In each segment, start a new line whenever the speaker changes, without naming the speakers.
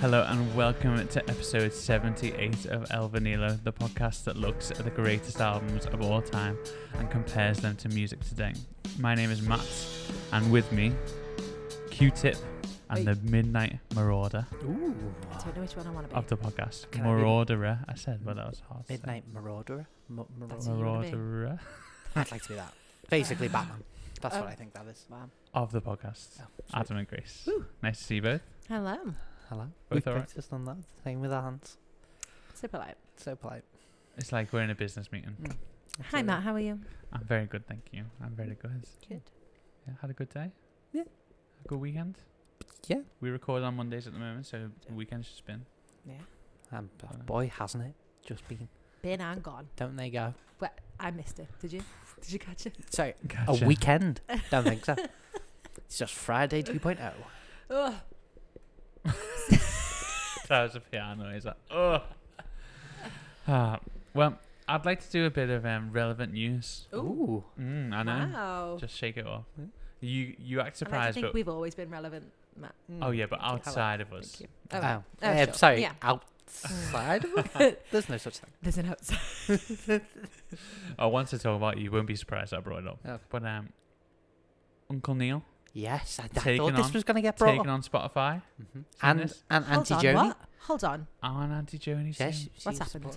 Hello and welcome to episode 78 of El Vanilo, the podcast that looks at the greatest albums of all time and compares them to music today. My name is Matt, and with me, Q Tip and
Hey.
the Midnight Marauder
Ooh.
I don't know which one I want to be.
of the podcast.
Can I be-
Marauderer, I said, but that was hard. to say.
Midnight Marauder. Ma-
That's
Marauder.
you wanna be.
Marauderer
I'd like to be that. Basically, Batman. That's what
Um,
I think that is.
Wow.
of the podcast.
Oh,
Adam and Grace.
Woo.
Nice to see you both.
Hello.
Hello.
Both
We
alright?
practiced on that. Same with our hands.
Super light.
So polite.
It's like we're in a business meeting.
Hi, Matt. How are you?
I'm very good, thank you. I'm very good.
Good.
Yeah, had a good day.
Yeah.
A good weekend.
Yeah.
We record on Mondays at the moment, so the weekend's just been.
Yeah.
Um, b-
Dunno.
boy, hasn't it just been?
Been and gone.
Don't they go?
Well, I missed it. Did you? Did you catch it?
So
Gotcha.
a weekend? Don't think so. It's just Friday 2.0.
Oh.
That was a piano. Is that? Oh. Ah, well, I'd like to do a bit of um, relevant news.
Ooh.
Mm, I know.
Wow.
Just shake it off.
Mm.
You you act
I like to
surprised,
think
but
we've always been relevant, Matt.
oh yeah, but
Hello.
outside of
Thank
us.
you.
Oh,
Oh.
uh,
sure.
sorry.
Yeah.
Outside? There's no such thing.
There's an outside.
I want to talk about you. Won't be surprised I brought it up.
Oh.
But um, Uncle Neil
Yes, I, I
Taken
thought this
on-
was going to get brought
taken
up.
on Spotify.
Mm-hmm.
Seen
And,
this?
and
Hold
Auntie
on,
Joni.
What? Hold on.
Oh, and Auntie Joni.
Yeah,
soon.
she-
What's
she's
happened?
brought-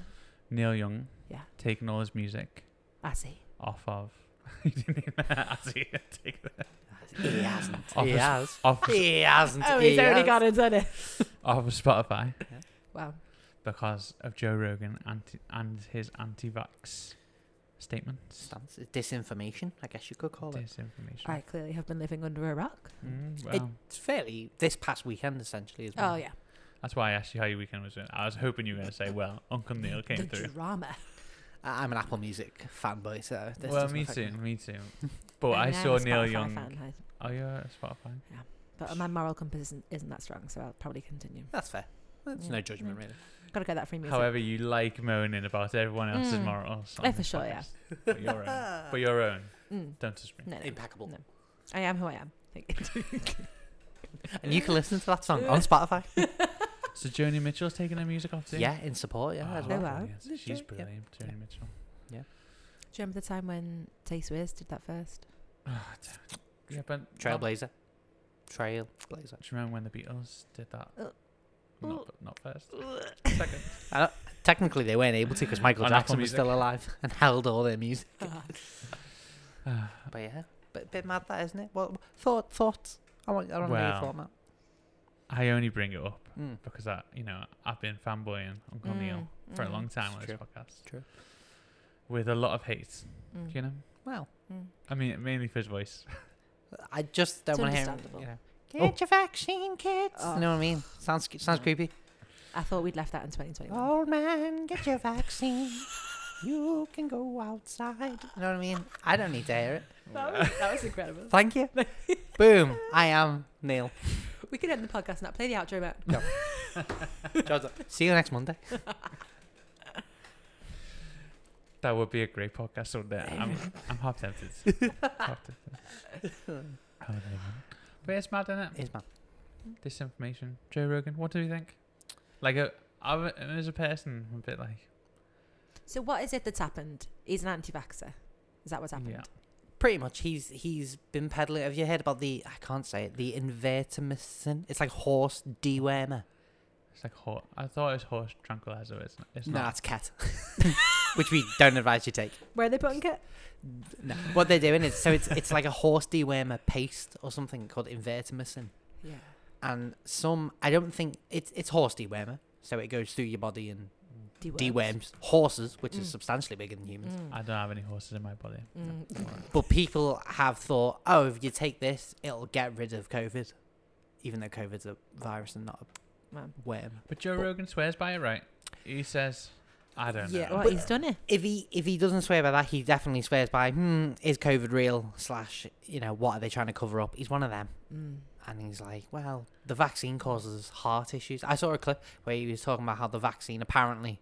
Neil Young.
Yeah.
Taking all his music.
I see.
off of. he didn't even has he take that.
He hasn't.
Off
He
his-
has.
Off,
He hasn't.
Oh, he's
he
already
has.
gone and done it.
off of Spotify
Wow.
because of Joe Rogan anti, and his anti-vax statements.
Stance- Disinformation, I guess you could call it.
Disinformation.
I clearly have been living under a rock.
Mm, well,
It- It's fairly this past weekend essentially as well.
Oh yeah.
that's why I asked you how your weekend was. Doing. I was hoping you were going to say, "Well, Uncle Neil
The
came through."
drama.
I- I'm an Apple Music fanboy, so this
well,
doesn't
me
affect
too, me too. But
I
I,
mean, I'm
saw
a
Neil
Spotify
Young.
fan, I-
Are you a Spotify?
but my moral compass isn't, isn't that strong, so I'll probably continue.
That's fair. There's
Yeah. Mm.
no judgment really.
Gotta get that free music.
However, you like moaning about everyone else's
Mm.
morals.
Oh,
on
for
this
sure, yeah.
podcast. But your own. But your own.
Mm.
Don't touch me.
No, no.
Impeccable.
No. I am who I am.
And you can listen to that song on Spotify.
So Joni Mitchell's taking her music off too.
yeah, in support. Yeah, as
Ah.
Oh,
well.
wow.
brilliant.
Legit,
She's
yeah.
brilliant, Joni Mitchell.
Do you remember the time when Tay Swiss did that first?
Yeah, but not-
Trailblazer. Trailblazer.
Do you remember when the Beatles did that?
Uh,
Not, not first. Second.
I don't, technically, they weren't able to because Michael
On Apple
Jackson was
Music.
still alive and held all their music.
Uh,
But yeah, but bit mad that isn't it? Well, thought thoughts. I want. I want to hear
Well, Hmm.
your thought, Matt.
I only bring it up
Mm.
because I, you know, I've been fanboying Uncle Neil for a long time
It's
on this
true.
podcast.
True.
With a lot of hate,
Mm,
you know.
Well,
I mean, mainly for his voice.
I just don't
It's
want to hear.
understandable.
You know,
Oh. Mm.
Get your vaccine, kids.
Oh.
You know what I mean? Sounds sounds
Yeah.
creepy.
I thought we'd left that in 2021.
Old man, get your vaccine. You can go outside. You know what I mean? I don't need to hear it.
That, was, that was incredible.
Thank you. Boom. I am Neil.
We could end the podcast and not play the outro, Matt.
Job's up. See you next Monday.
That would be a great podcast someday. I'm, I'm half tempted. half tempted. Oh, there you go. But it's mad, isn't it?
Here's man.
disinformation. Joe Rogan, what do you think? Like, uh, I'm, as a person, I'm a bit like,
So, what is it that's happened? He's an anti vaxxer. Is that what's happened?
yeah.
Pretty much, he's he's been peddling. Have you heard about the? I can't say it. The invertimicin. It's like horse dewormer.
It's like horse. I thought it was horse tranquilizer. It's not. It's
no,
not.
that's cat. Which we don't advise you take.
Where are they putting it?
No. What they're doing is so it's it's like a horse dewormer paste or something called invertimicin.
Yeah.
And some I don't think it's it's horse dewormer. So it goes through your body and
Deworms.
deworms horses, which is
Mm.
substantially bigger than humans.
Mm.
I don't have any horses in my body.
Mm.
But people have thought, oh, if you take this, it'll get rid of COVID, even though COVID's a virus and not a
Wow.
worm.
But Joe
But-
Rogan swears by it, right? He says, I don't
Yeah,
know.
Well,
But-
he's done it.
If he if he doesn't swear by that, he definitely swears by, hmm, is COVID real? Slash, you know, what are they trying to cover up? He's one of them.
Mm.
and he's like, "Well, the vaccine causes heart issues." I saw a clip where he was talking about how the vaccine apparently,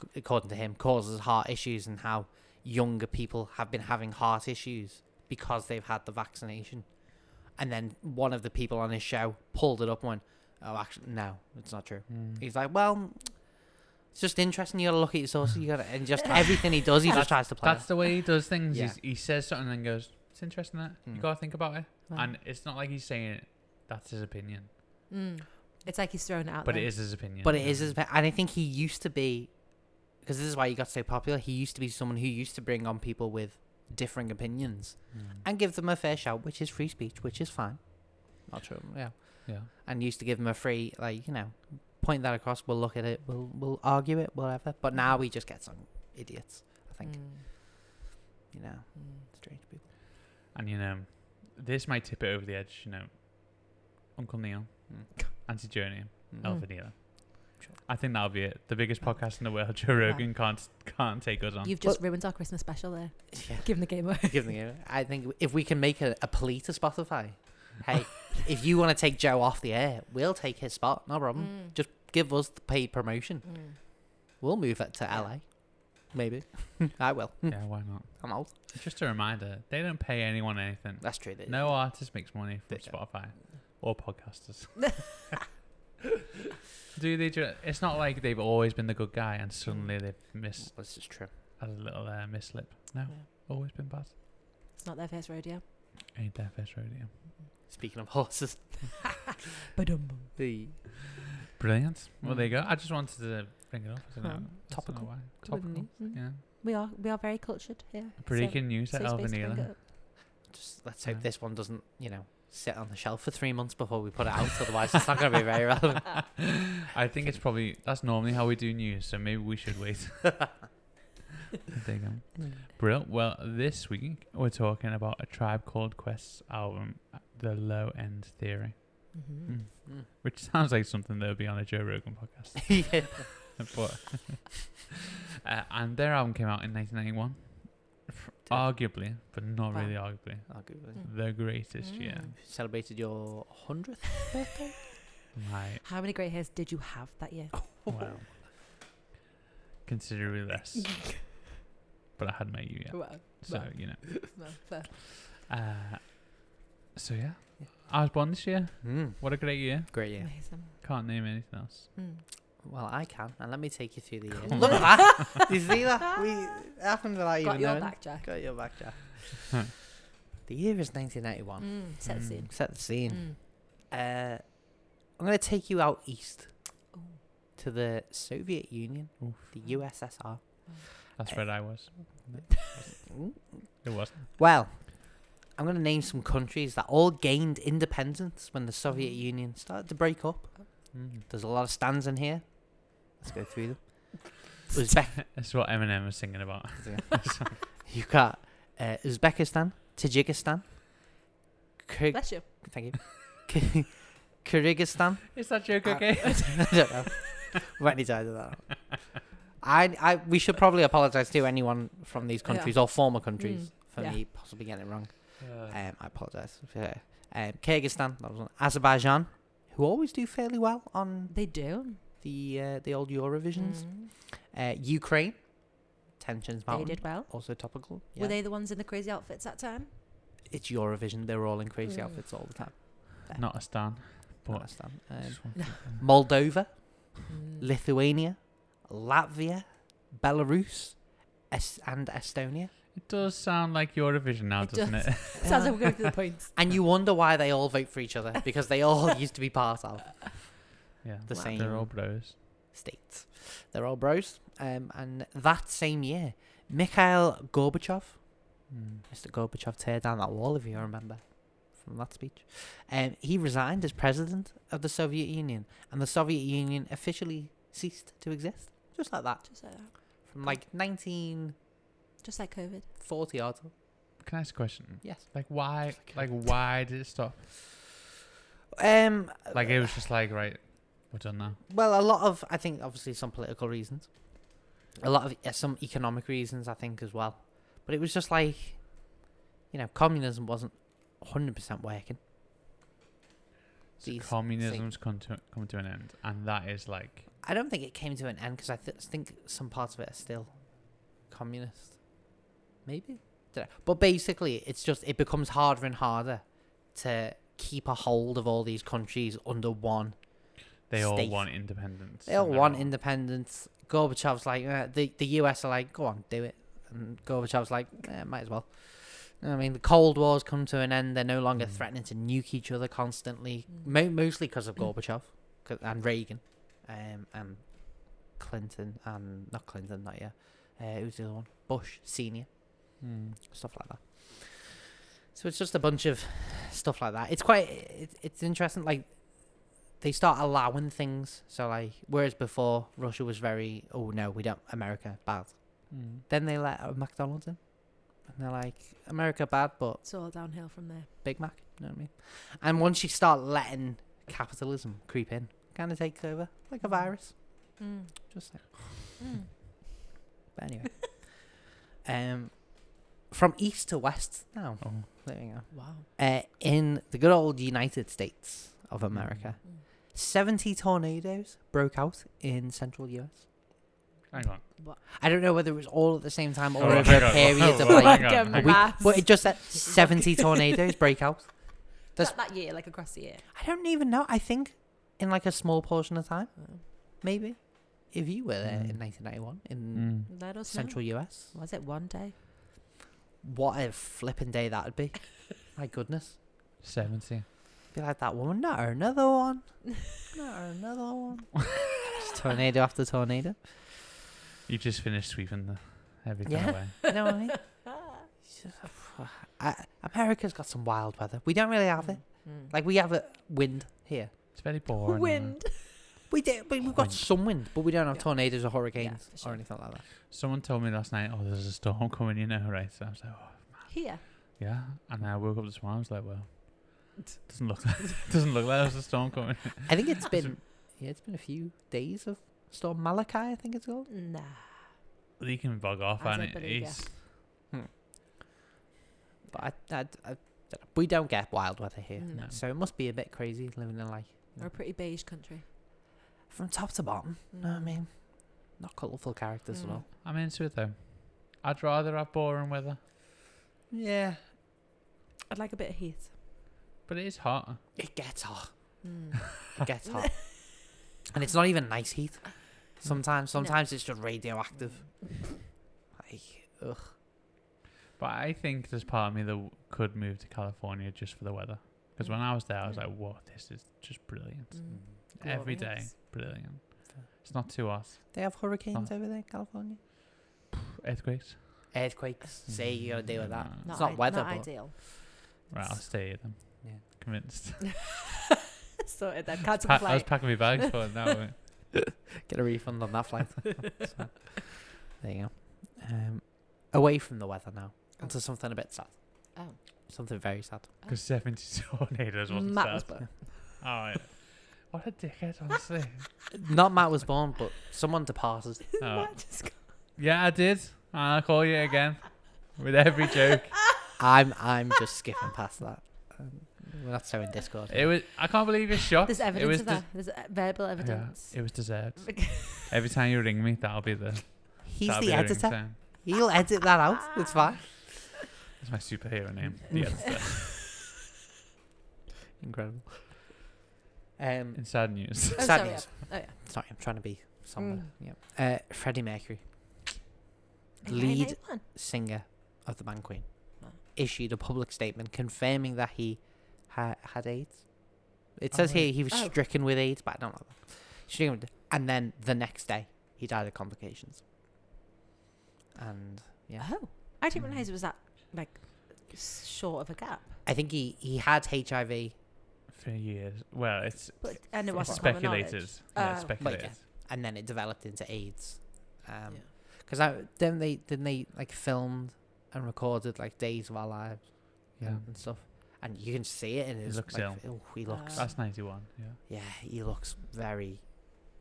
c- according to him, causes heart issues and how younger people have been having heart issues because they've had the vaccination. And then one of the people on his show pulled it up and went, Oh, actually, no, it's not true.
Mm.
He's like, well, it's just interesting. You gotta look at your sources. You gotta, and just everything he does, he just tries to play.
That's the way he does things.
Yeah.
He's, he says something and goes, "It's interesting that you
Mm.
gotta think about it."
Wow.
And it's not like he's saying it. That's his opinion,
Mm. It's like he's thrown it out.
but
there.
it is his opinion.
But it is his, pe- and I think he used to be, because this is why he got so popular. He used to be someone who used to bring on people with differing opinions
Mm.
and give them a fair shout, which is free speech, which is fine. Not true. Yeah.
Yeah.
and used to give him a free like you know point that across we'll look at it we'll we'll argue it whatever but now we just get some idiots i think
Mm,
you know
mm.
strange people
And you know, this might tip it over the edge. You know, Uncle Neil, Anti Journey,
Oh.
Mm.
Alpha Neil. I think that'll be it. The biggest podcast in the world. Joe Rogan can't can't take us on.
You've just ruined our Christmas special there.
yeah
Giving the game away.
give me a- i think if we can make a, a plea to spotify hey if you want to take joe off the air we'll take his spot no problem
Mm.
just give us the paid promotion
Mm.
we'll move it to
Yeah.
la maybe i will
yeah, why not?
i'm old
Just a reminder, they don't pay anyone anything.
that's true dude.
No artist makes money from
They don't.
Spotify or podcasters. do they? Ju- it's not like they've always been the good guy and suddenly they've missed
this is true
had a little uh, mislip. No,
Yeah.
always been bad.
It's not their first rodeo.
Ain't their first rodeo.
speaking of horses
Ba-dum.
the
Brilliant. Well,
Mm.
there you go. I just wanted to bring it up. I don't know. I
Huh.
don't know
Topical.
why.
Good, wouldn't
Topical.
it? Mm.
Yeah.
We are we are very cultured here.
Breaking news
so,
at
safe space to bring it
Alvanilla.
up.
just let's hope
Yeah.
this one doesn't, you know, sit on the shelf for three months before we put it out. Otherwise, it's not going to be very relevant.
I think it's probably that's normally how we do news, so maybe we should wait. there you go. Brilliant. Well, this week we're talking about a Tribe Called Quest's album, The Low End Theory, Mm-hmm.
Mhm.
Mm.
which sounds like something that would be on a Joe Rogan podcast.
yeah.
but uh, and their album came out in 1991, F-
Wow.
arguably, but not really arguably,
I'll Google it.
Mm.
the greatest year.
Hmm.
Mm.
Celebrated your hundredth birthday.
My
How many great hairs did you have that year?
wow, considerably less. but I hadn't met you yet,
Wow.
so
Wow.
you know.
No, fair.
Uh, so yeah.
Yeah.
I was born this year.
Mm.
What a great year.
Great year.
Amazing.
Can't name anything else.
Mm.
Well, I can, and let me take you through the year.
Come
Look at that. you see that? We it happened without
Got
even
your
knowing.
back, Jack.
Got your back, Jack. the year is 1991.
Mm. Set the
Mm.
scene.
Set the scene.
Mm.
Uh, I'm going to take you out east
Ooh.
to the Soviet Union,
Oof.
the USSR.
That's where I was.
Mm.
It wasn't.
Well, I'm going to name some countries that all gained independence when the Soviet Union started to break up.
Mm.
There's a lot of stands in here. Let's go through them. Uzbek-
That's what Eminem was singing about.
you got uh, Uzbekistan, Tajikistan, Kyr-
Bless you.
thank you, Ky- Kyrgyzstan.
Is that joke
Uh,
okay?
I don't know. Many times that. I, I, we should probably apologise to anyone from these
Yeah.
countries or former countries
Mm,
for
yeah.
me possibly getting it wrong.
Uh,
Um, I apologise. Uh, um, Kyrgyzstan, that was one. Azerbaijan, who always do fairly well on
They do.
the uh, the old Eurovisions.
Mm.
Uh, Ukraine, tensions
They
mountain,
did well.
also topical.
Were
yeah.
they the ones in the crazy outfits that time?
It's Eurovision. They're all in crazy
Mm.
outfits all the time.
not a stan. But
Afghanistan. Um,
Just one thing.
Moldova,
Mm.
Lithuania, Latvia, Belarus, es- and Estonia.
it does sound like Eurovision now,
It
doesn't
does.
it?
Sounds like we're going for the points.
And you wonder why they all vote for each other because they all used to be part of
yeah.
the
Wow.
same
They're all bros.
states. They're all bros. Um, and that same year, Mikhail Gorbachev,
Mm.
Mr. Gorbachev, tear down that wall if you remember from that speech. Um, he resigned as president of the Soviet Union, and the Soviet Union officially ceased to exist, just like that,
Just like that.
from like 1940
Just like COVID.
odd.
Can I ask a question?
Yes.
Like why?
Just like
Like why did it stop?
Um,
Like it was just like right, we're done now.
Well, a lot of I think obviously some political reasons, a lot of uh, some economic reasons I think as well. But it was just like, you know, communism wasn't hundred percent working.
So
These
communism's come to come to an end, and that is like
I don't think it came to an end because I th- think some parts of it are still communist. Maybe, Dunno. but basically, it's just it becomes harder and harder to keep a hold of all these countries under one
They all
state.
want independence.
They all
and they're
want independence. Gorbachev's like, eh, the the US are like, go on, do it. And Gorbachev's like, eh, might as well. You know what I mean, the Cold War's come to an end. They're no longer
Mm.
threatening to nuke each other constantly,
Mm.
mo- mostly because of Gorbachev 'cause- and Reagan, um, and Clinton and not Clinton, not yeah. Uh, who's the other one? Bush Senior
Mm.
stuff like that. So it's just a bunch of stuff like that. It's quite it, it's interesting. Like they start allowing things. So like whereas before Russia was very oh no we don't America bad.
Mm.
Then they let a McDonald's in, and they're like America bad, but
It's all downhill from there.
Big Mac. You know what I mean? And once you start letting capitalism creep in, kind of takes over like a virus.
Mm.
Just like,
Mm.
but anyway. um, from east to west now.
Oh.
There we go.
Wow.
uh, in the good old United States of
Mm-hmm.
America,
Mm.
70 tornadoes broke out in central US.
Hang on.
I don't know whether it was all at the same time or
Oh,
over
hang
a
on.
period of
Oh,
like
hang on,
a
hang
week.
Mass.
Well, it just said 70 tornadoes break out.
Is
That's-
that, that year, like across the year.
I don't even know. I think in like a small portion of time, maybe. If you were there in
Mm.
1991 in
Mm.
Let us
central US,
know. Was it one day?
what a flipping day that would be. My goodness.
Seventy.
Be like that woman, not another one. Not another one. Just tornado after tornado.
You just finished sweeping the everything
Yeah.
away.
You know what I mean?
Ah.
I, America's got some wild weather. We don't really have it.
Mm.
Like we have a wind here.
It's very boring.
Wind.
We do, but we've got
Wind.
some wind, but we don't have
Yeah.
tornadoes or hurricanes
for sure.
or anything like that.
Someone told me last night, "Oh, there's a storm coming," you know, right? So I was like, "Oh,
Here.
yeah." And I woke up this morning, I was like, "Well, doesn't look like, doesn't look like there's a storm coming."
I think it's been yeah, it's been a few days of storm Malachi. I think it's called.
Nah.
They can bug off,
As
and
a
it
beluga.
is.
But I, I, I don't know. we don't get wild weather here,
No.
so it must be a bit crazy living in like
We're a pretty beige country.
from top to bottom. Know what I
Mm.
mean, not colourful characters at
Mm.
all.
I'm into it though. I'd rather have boring weather,
Yeah,
I'd like a bit of heat.
but it is hot.
it gets hot.
Mm.
It gets hot, and it's not even nice heat. Sometimes,
No.
sometimes it's just radioactive. Like, ugh.
But I think there's part of me that w- could move to California just for the weather. Because when I was there, I was
Mm.
like, "What? This is just brilliant.
Mm.
Every day,
Glorious.
brilliant.
Fair.
It's not too hot.
They have hurricanes
Oh.
over there in California.
Earthquakes.
Earthquakes. Say you gotta deal with that.
Mm.
It's not
i-
weather,
Not
but-
ideal.
Right, I'll stay here then.
Yeah.
Convinced.
Sorted then. Cancel the
Pa- I was
flight.
packing my bags for it now. weren't Mm.
Get a refund on that flight. It's fine. there you go. Um, away from the weather now. Onto something a bit sad.
Oh.
Something very sad.
Because 70 tornadoes wasn't
Matt was
sad.
born.
Oh, yeah. What a dickhead, honestly.
Not Matt was born, but someone departed.
Oh.
Matt just got-
yeah, I did. And I'll call you again with every joke.
I'm I'm just skipping past that. Um, we're not so in Discord.
It was. I can't believe you're shocked.
There's
it
evidence
was
of that. There's uh, verbal
des-
evidence.
Yeah, it was deserved. Every time you ring me, that'll be the.
He's
that'll
the
be
editor.
ringtone.
He'll edit that out. It's fine.
That's my superhero name. The editor.
Incredible. Um,
Inside news.
Oh,
sad
sorry,
news.
yeah. Oh, yeah.
Sorry, I'm trying to be somewhere.
Mm.
Yeah. Uh, Freddie Mercury.
Okay,
Lead
nice one.
singer of the band Queen,
Wow.
issued a public statement confirming that he ha- had AIDS. It
Oh,
says
really?
here he was
Oh.
stricken with AIDS, but I don't know. that. Stricken with- And then the next day, he died of complications. And yeah,
Oh, I didn't
Mm.
realize it was that like s- short of a gap.
I think he, he had HIV.
For years. Well, it's
But and it
It's
wasn't common knowledge.
speculated. Yeah, it's
Oh. But yeah.
speculated.
and then it developed into AIDS. Um
Yeah.
'cause I then they then they like filmed and recorded like days of our lives
Yeah.
and, and stuff, and you can see it in his
looks
like,
ill.
Oh, he looks.
That's 91. Yeah.
yeah, he looks very,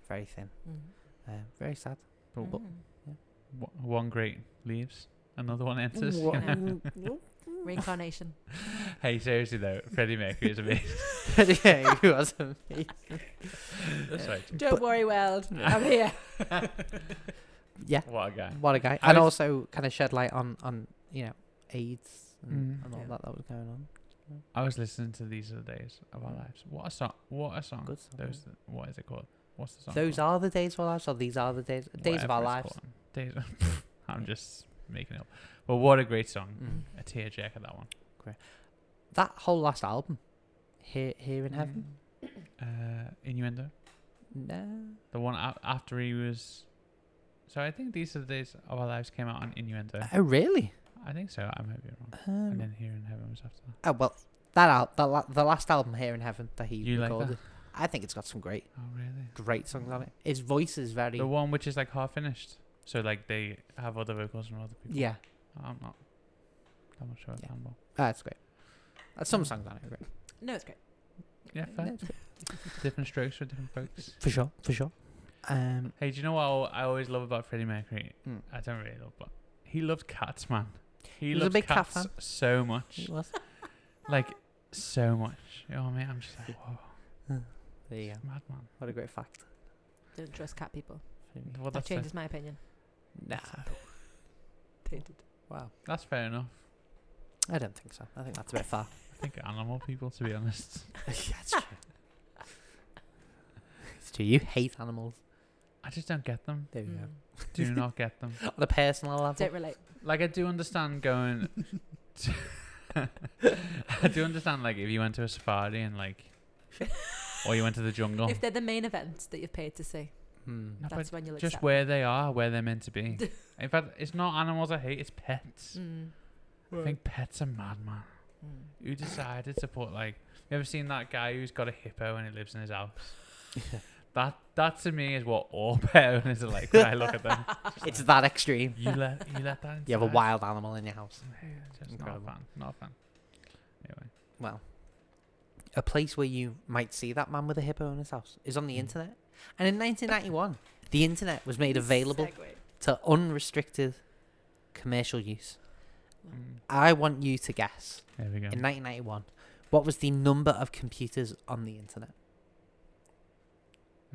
very thin.
Mm.
Uh, very sad.
But
But-
Mm.
W- one great leaves, another one enters. you know?
Reincarnation.
hey, seriously though, Freddie Mercury is amazing.
yeah, he was amazing.
Sorry.
Don't worry, world. I'm here.
Yeah,
What a guy.
what a guy.
I
and
was-
also kind of shed light on on you know AIDS and,
Mm.
and all
Yeah.
that that was going on.
I was listening to These Are the Days of Our Lives. What a song! What a song!
Good song,
Those. What is it called? What's the song?
Those are the days of our lives, or these are the days days of our lives.
Days. I'm just making it up. But what a great song!
Mm.
A tearjerker that one.
That whole last album, here here in
Mm.
heaven.
Uh, innuendo.
No,
The one a- after he was. So I think These Are the Days of Our Lives came out on Innuendo.
oh really?
I think so. I might be wrong. And
Um,
then Here in Heaven was after that.
oh well, that out that la- the last album here in heaven that he
You like that?
recorded. I think it's got some great
Oh really?
great songs on it. His voice is very
The one which is like half finished. So like they have other vocals from other people.
yeah.
I'm not. I'm not sure if
Yeah.
I'm wrong.
That's great. Uh, some songs on it are great.
No, it's great.
Yeah,
Yeah,
fair.
it's great.
different strokes for different folks.
For sure, for sure. Um,
Hey, do you know what I al- I always love about Freddie Mercury?
Mm.
I don't really love, but he loved cats, man. He
was a
loved
big cat
cats
fan.
so much,
it was-
like so much. You know what I mean? I'm just like, whoa,
there you go.
mad man.
What a great fact.
Don't trust cat people.
Well,
that
Oh, that's fair.
changes my opinion.
No.
Tainted.
Wow.
that's fair enough.
I don't think so. I think that's a bit far.
I think animal people, to be honest.
that's true. it's true. You hate animals.
I just don't get them.
There you
Mm.
Do not get them.
go. On a personal level.
Don't relate.
Like I do understand going. to- I do understand like if you went to a safari and like, or you went to the jungle.
If they're the main event that you've paid to see,
Hmm.
No, but
that's when you'll
just
accept.
where they are, where they're meant to be. In fact, it's not animals I hate; it's pets.
Mm.
I think pets are mad, man.
Mm.
Who decided to put like? You ever seen that guy who's got a hippo and it lives in his house? that that to me is what all pet owners are like when I look at them. Just
It's
like,
that extreme.
you let you let that.
You have a
inside?
wild animal in your house.
Yeah, Just
Incredible.
not a fan. Not a fan. Anyway,
Well, a place where you might see that man with a hippo in his house is on the
Mm.
internet. And in 1991, the internet was made available
Segue.
to unrestricted commercial use.
mm,
I want you to guess
there we go.
in 1991 what was the number of computers on the internet?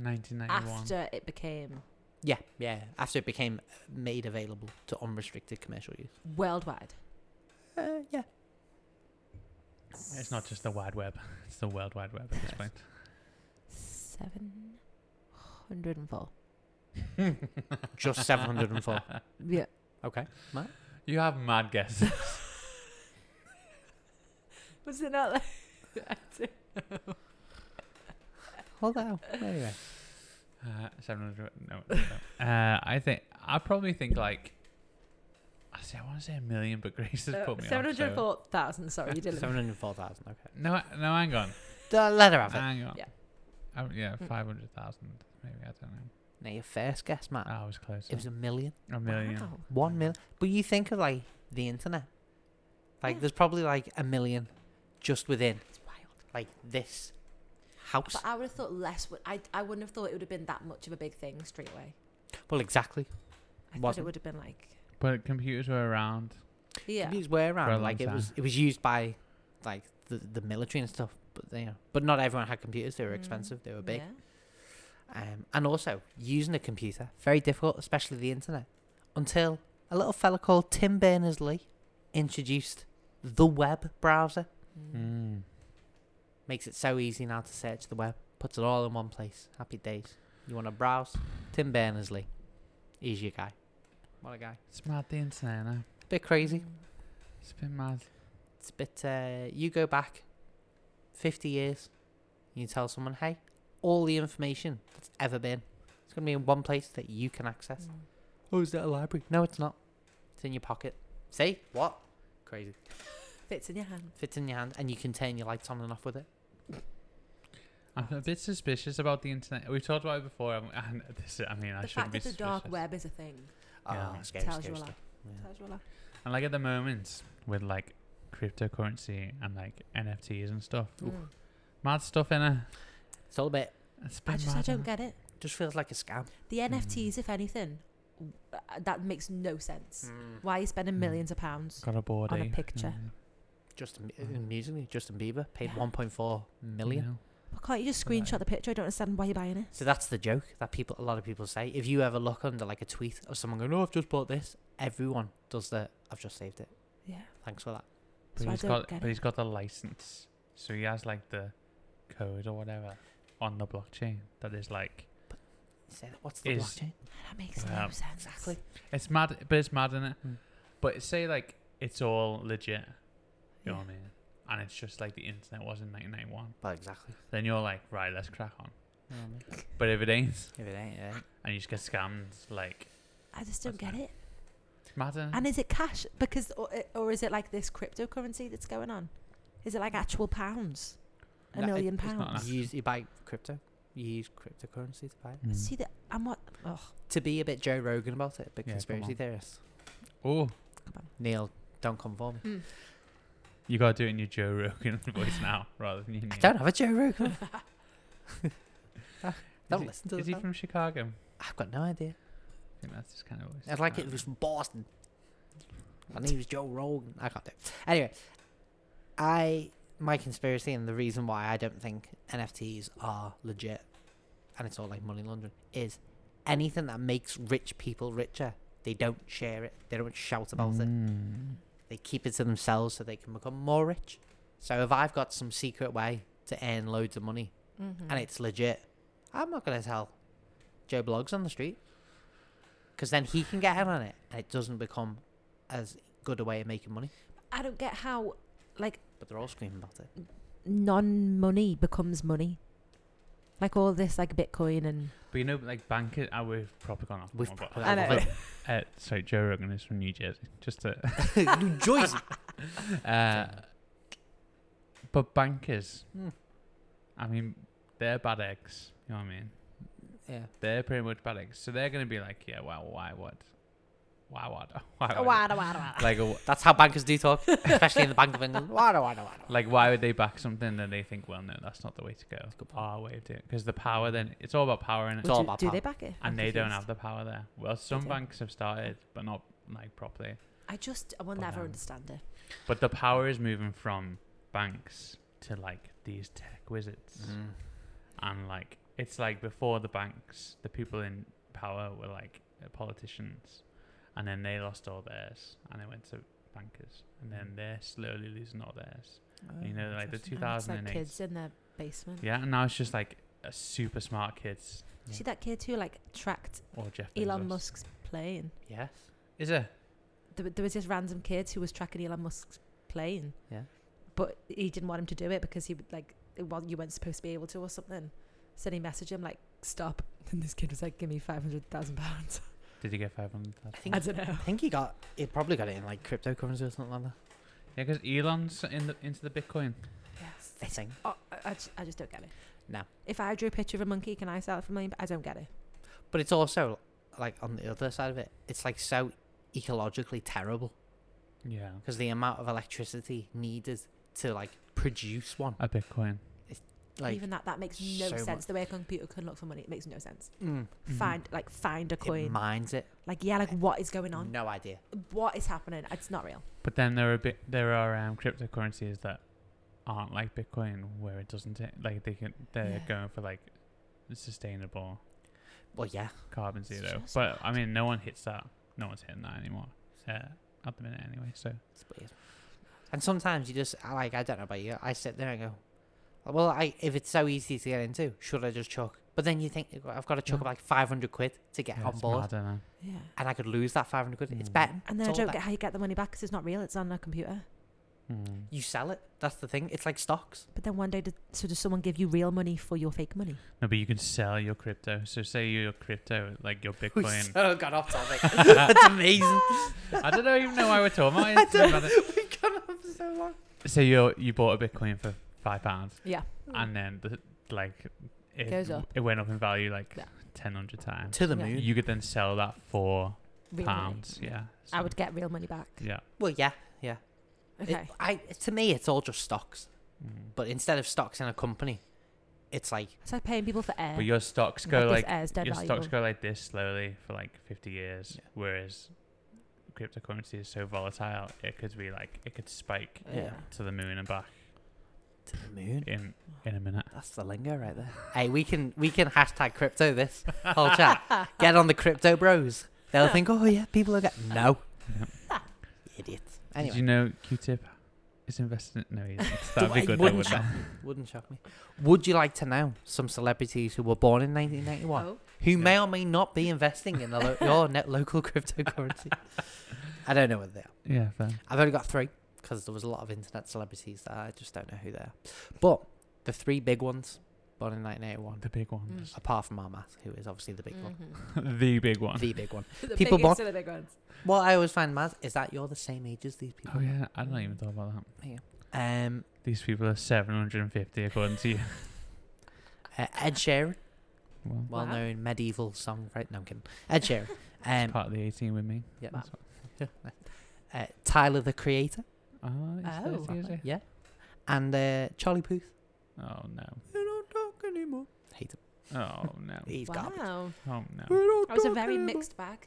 1991.
After it became
Yeah, yeah. After it became made available to unrestricted commercial use.
worldwide.
Uh, yeah.
It's not just the wide web; it's the world wide web at this
Yes.
point.
Seven hundred and four.
Just 704.
Yeah.
okay.
You have mad guesses.
Was it not like
Hold on. Anyway.
Uh, 700. No. no, no. uh, I think I probably think like I say I want to say a million, but Grace has put me
Uh, seven
off.
hundred
So.
four thousand? Sorry, you didn't.
704,000. Okay. Uh,
No, I- no, hang on,
D- Let her have it.
hang on.
Yeah.
Oh, yeah,
Mm.
five hundred thousand. Maybe I don't know.
Now, your first guess, Matt,
Ah, I was close.
it was a million.
a million.
Wow.
One million. But you think of like the internet. Like
Yeah.
there's probably like a million just within
It's wild.
like this house.
But I would have thought less. Would, I? I wouldn't have thought it would have been that much of a big thing straight away.
Well, exactly.
I thought it
Wasn't.
would have been like
But computers were around.
yeah.
Computers were
a
around.
long
Like it was
time.
it was used by like the, the military and stuff. But you know, but not everyone had computers. They were
Mm,
expensive. They were big.
Yeah.
Um, and also using a computer very difficult, especially the internet. Until a little fella called Tim Berners Lee introduced the web browser.
Mm.
Hmm.
Mm.
Makes it so easy now to search the web. Puts it all in one place. Happy days. You want to browse? Tim Berners Lee. He's your guy. What a guy.
It's mad the internet. Now.
Bit crazy.
Mm.
It's been mad.
It's a bit, uh, you go back 50 years, you tell someone, hey, all the information that's ever been, it's going to be in one place that you can access.
Mm.
Oh, is that a library? No, it's not. It's in your pocket. See? What? Crazy.
Fits in your hand.
Fits in your hand and you can turn your lights on and off with it.
I'm a bit suspicious about the internet. We've talked about it before, and, and this. I mean, I
the
shouldn't
fact
be
that the dark
suspicious.
web is a thing
Yeah.
Oh, scary,
Tells
scary
you a lot.
stuff. Yeah.
tells you a lot.
And like at the moment with like cryptocurrency and like NFTs and stuff,
Mm.
mad stuff in it.
It's all a bit,
It's been
I just I
mad,
don't
innit?
get it.
just feels like a scam.
The NFTs, if anything, w- uh, that makes no sense.
Hmm.
Why are you spending
Mm.
millions of pounds?
got a board
on a
ape,
picture.
and
Justin,
Mm.
amusingly, Justin Bieber paid
Yeah.
1.4 million.
you know,
Why can't you just
Well, that
screenshot the picture? I don't understand why you're buying it.
So that's the joke that people, a lot of people say. If you ever look under like a tweet of someone going, "Oh, I've just bought this," everyone does the, "I've just saved it."
Yeah.
Thanks for that.
But
So I
he's
don't
got
get
but
it.
he's got the license. So he has like the code or whatever on the blockchain that is like
Say that. What's the
Is-
blockchain?
That makes
Yeah.
no sense.
Exactly.
it's mad but it's mad in it.
Mm.
But say like it's all legit. You know
Yeah.
what I mean? And it's just like the internet was in nineteen ninety one.
Well, exactly.
Then you're like, right, let's crack on.
You know what I mean?
But if it ain't
If it ain't, it ain't.
and you just get scammed, like
I just don't
That's
get it.
it's mad innit?
And is it cash? Because or, eh, or is it like this cryptocurrency that's going on? Is it like actual pounds? A
No, it-
million
it's
not
pounds.
Actually.
You use you buy crypto. You use cryptocurrency to buy. It.
See that? I'm what? Oh,
To be a bit Joe Rogan about it, but
Yeah, come
conspiracy
on.
theorist.
Oh,
Neil, don't come for me.
you gotta do it in your Joe Rogan voice now rather than your
I
name.
don't have a Joe Rogan. don't
is
listen
he,
to the
Is he
sound.
from Chicago?
I've got no idea.
I think that's his kind of voice.
I'd like
I
it if
don't
it was from Boston. My name is Joe Rogan. I can't do it. Anyway, I my conspiracy and the reason why I don't think NFTs are legit and it's all like money laundering is anything that makes rich people richer, they don't share it. They don't shout
know.
about it.
Mm.
They keep it to themselves so they can become more rich. So if I've got some secret way to earn loads of money
mm-hmm.
and it's legit, I'm not gonna tell Joe Blogs on the street. Because then he can get in on it, and it doesn't become as good a way of making money.
I don't get how like
But they're all screaming about it.
non-money becomes money. Like all this, like Bitcoin and
But you know, like banking, I we've probably gone off. on
We've
one, but-
probably
I know.
Uh, sorry, Joe Rogan is from New Jersey. Just to,
New Jersey.
uh, but bankers,
Hmm.
I mean, they're bad eggs. You know what I mean?
Yeah.
They're pretty much bad eggs. So they're gonna be like, yeah, well, why would, why would, why would,
Wada, wada, wada.
like, a-
That's how bankers do talk, especially in the Bank of England. Wada, wada, wada.
like, why would they back something that they think, well, no, that's not the way to go. Our way of doing, because the power. Then it's all about power, and
It's all
do,
about
do they
power.
back it? I'm
and they don't
confused.
have the power there. Well, some
don't.
banks have started, but not like properly.
I just I will
But,
never
um,
understand it.
But the power is moving from banks to like these tech wizards,
Mm-hmm. Mm,
and like it's like before the banks, the people in power were like uh, politicians, and then they lost all theirs, and they went to bankers, and then they're slowly losing all theirs. you know, like the
interesting.
And it's like
2008.
kids in their basement.
Yeah, and now it's just like a super smart kids
Yeah.
See that kid who like tracked
or Jeff
Elon
Bezos.
Musk's plane.
Yes.
Is it?
There, wa- there was this random kid who was tracking Elon Musk's plane.
Yeah.
But he didn't want him to do it because he would like it, wa- you weren't supposed to be able to or something. So he messaged him like stop. And this kid was like, "Give me five hundred thousand pounds."
Did you get five hundred?
I
Yeah,
think,
I
I
don't know.
think he got, he probably got it in like cryptocurrency or something like that.
because Elon's in the into the Bitcoin.
Yes.
I think.
Oh, I, I, just, I just don't get it.
No.
If I drew a picture of a monkey, can I sell it for a million? I don't get it.
But it's also, like, on the other side of it, it's like so ecologically terrible
Yeah,
because the amount of electricity needed to, like, produce one.
a Bitcoin.
Like,
Even that, that makes no
so
sense.
much.
The way a computer can look for money, it makes no sense.
mm,
Mhm.
Find like find a
It
coin.
mines it.
Like yeah, like what is going on?
No idea.
What is happening? It's not real.
But then there are bit there are um, cryptocurrencies that aren't like Bitcoin, where it doesn't ta- like they can they're
Yeah.
going for like sustainable
Well, yeah.
carbon
It's
zero.
just
But I
mad.
mean, no one hits that. No one's hitting that anymore uh, at the minute, anyway. So
It's weird. And sometimes you just, I like, I don't know about you, I sit there and go, well, I if it's so easy to get into, should I just chuck? But then you think, I've got to chuck
Yeah.
like 500 quid to get
yeah,
on
it's
board,
mad, innit?
Yeah.
and I could lose that 500 quid. It's
Mm.
betting.
And then
It's
I
all
don't
bet-
get how you get the money back because it's not real. It's on a computer.
Mm.
You sell it. That's the thing. It's like stocks.
But then one day, did, so does someone give you real money for your fake money?
No, but you can sell your crypto. So say your crypto, like your
We
Bitcoin.
so got off topic. That's amazing.
I don't know, even know why we're talking about it. Doesn't matter.
We've gone on for so long.
So you you bought a Bitcoin for five pounds.
Yeah.
and then the, like it
Goes up.
It went up in value like
Yeah.
ten hundred times.
To the
Yeah.
moon.
You could then sell that for
Real money.
pounds. Yeah.
I
so-
would get real money back.
Yeah.
well, yeah, yeah. It-
Okay.
I to me, it's all just stocks.
Mm.
But instead of stocks in a company, it's like
It's like paying people for air.
But your stocks go
this
like
air's dead
your
valuable.
stocks go like this slowly for like fifty years,
Yeah.
whereas cryptocurrency is so volatile it could be like it could spike
Yeah.
to the moon and back
to the moon.
in in a minute.
That's the lingo right there. hey, we can we can hashtag crypto this whole chat. Get on the crypto bros. They'll think, oh yeah, people are getting no
Yeah.
idiots.
Did
Anyway,
you know Q-Tip is invested in. No, he didn't. That'd be
It
good. Though,
wouldn't
wouldn't it?
shock me. Wouldn't shock me. Would you like to know some celebrities who were born in 1991
Oh,
who
Yeah.
may or may not be investing in the lo- your net local cryptocurrency? I don't know whether they are.
Yeah, fair.
I've only got three because there was a lot of internet celebrities that I just don't know who they are. But the three big ones born in 1981,
The big ones.
apart from Armat, who is obviously the big one,
mhm.
the big one.
Mm. the big one.
the
People
biggest
born-
of the big ones.
What I always find mad is that you're the same age as these people.
oh yeah, I did not
Mm.
even thought about that.
Um,
These people are 750 according to you.
uh, Ed Sheeran,
Well,
Wow.
well-known medieval songwriter. No, I'm kidding. Ed Sheeran. Um,
part of the 18 with me.
yeah,
That's what-
uh, Tyler the Creator.
Ah, it's
Oh.
30, is it?
Yeah. And uh, Charlie Puth.
Oh no.
You don't talk anymore. Hate him.
Oh no.
He's garbage.
Wow.
Oh no.
You
That was a
don't
very
talk anymore.
mixed bag.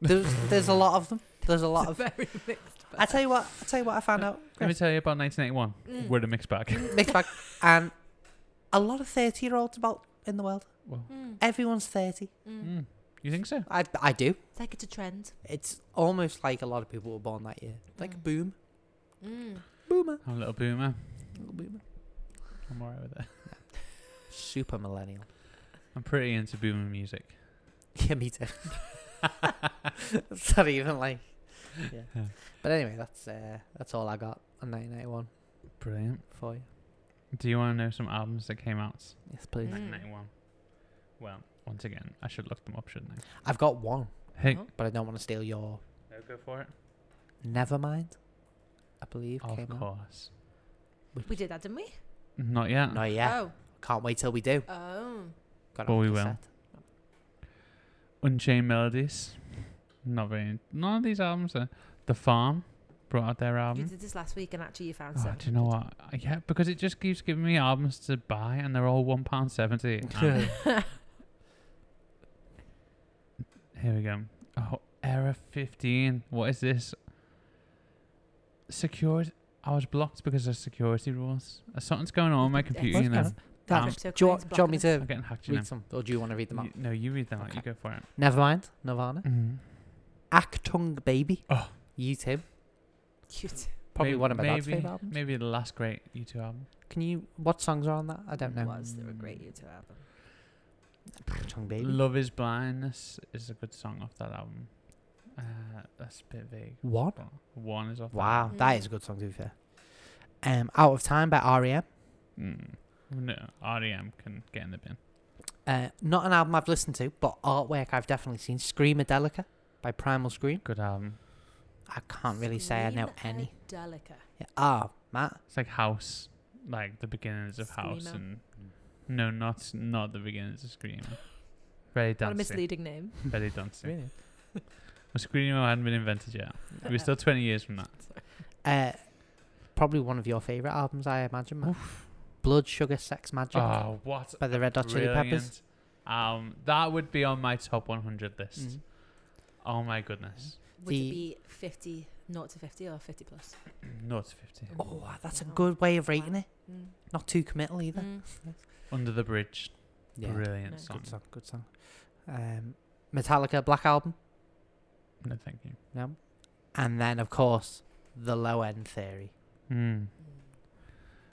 There's, there's a lot of them. There's a lot of.
very mixed
I tell you what. I tell you what I found out.
Let me
Chris.
tell you about 1981.
Mm.
We're the mixed bag.
Mixed bag. And a lot of thirty-year-olds about in the world.
Well,
Mm,
Everyone's thirty.
mm.
mm. you think so?
I I do.
It's like it's a trend.
It's almost like a lot of people were born that year. Like a
Mm.
boom.
Mm.
Boomer.
I'm a little boomer.
Little boomer.
I'm alright with it.
Super millennial.
I'm pretty into boomer music.
Yeah, me too. it's not even like. Yeah.
Yeah.
But anyway, that's uh, that's all I got on 1991
Brilliant.
for you.
Do you want to know some albums that came out
Yes, please.
in
Mm.
1991? Well, once again, I should look them up, shouldn't I?
I've got one,
Hey,
Oh.
but I don't want to steal your
no, go for it.
Nevermind. I believe
Of
came out.
course.
We did that, didn't we?
Not yet.
No, yeah.
Oh.
Can't wait till we do.
Oh.
Got it
Well,
on
we will.
cassette.
Unchained Melodies. Not very. None of these albums are. The Farm brought out their
You
Um.
album.
did this last week and actually you found
Oh,
some.
do you know what? I- Yeah, because it just keeps giving me albums to buy, and they're all one pound seventy. And here we go. Oh, Error fifteen. What is this? Secured. I was blocked because of security rules. Uh, Something's going on with my
Yes.
computer. You
What's
know,
Dan,
Um,
Crypto
do, you,
coins
want- do you want me
blocking
to
I'm getting hacked. You know.
read some? Or do you want to read them out?
You- no, you read them out. You
Okay.
go for it.
Nevermind, Nirvana.
Mhm.
Actung Baby.
Oh.
You, Tim.
Cute.
Probably
May-
one of my dad's
maybe-
favourite albums.
Maybe the last great U two album.
Can you. What songs are on that? I don't know.
Was they were great you two album.
Actung Baby.
Love is Blindness is a good song off that album. Uh, that's a bit vague.
One?
but One is off. that
Wow,
Mm.
that is a good song to be fair. Um, Out of Time by REM.
Mm. No, REM can get in the bin.
Uh, not an album I've listened to, but artwork I've definitely seen. Screamadelica by Primal Scream.
Good album.
I can't really say I know
Scream
any.
Adelica.
Yeah. Ah, Matt.
It's like House, like the beginnings of House,
Screamer.
and no, not not the beginnings of Screamer. Very
What a
dancing.
misleading name.
Very dancing. Well, Screamer hadn't been invented yet.
Uh-huh.
We're still twenty years from that.
Uh, probably one of your favourite albums, I imagine, Matt. Blood Sugar Sex Magic
Oh, what
by the Red Hot Chili
brilliant!
Peppers.
Um, that would be on my top one hundred list.
Mm.
Oh my goodness,
Would it
The-
be 50, not to 50 or 50 plus?
not fifty.
Oh, wow, that's a
Wow.
good way of rating it.
Mm.
Not too committal either.
Mm.
Under the Bridge,
Yeah.
brilliant
No.
song.
Good song, good song. Um, Metallica Black Album.
No, thank you.
No. And then, of course, the low end theory.
Mm.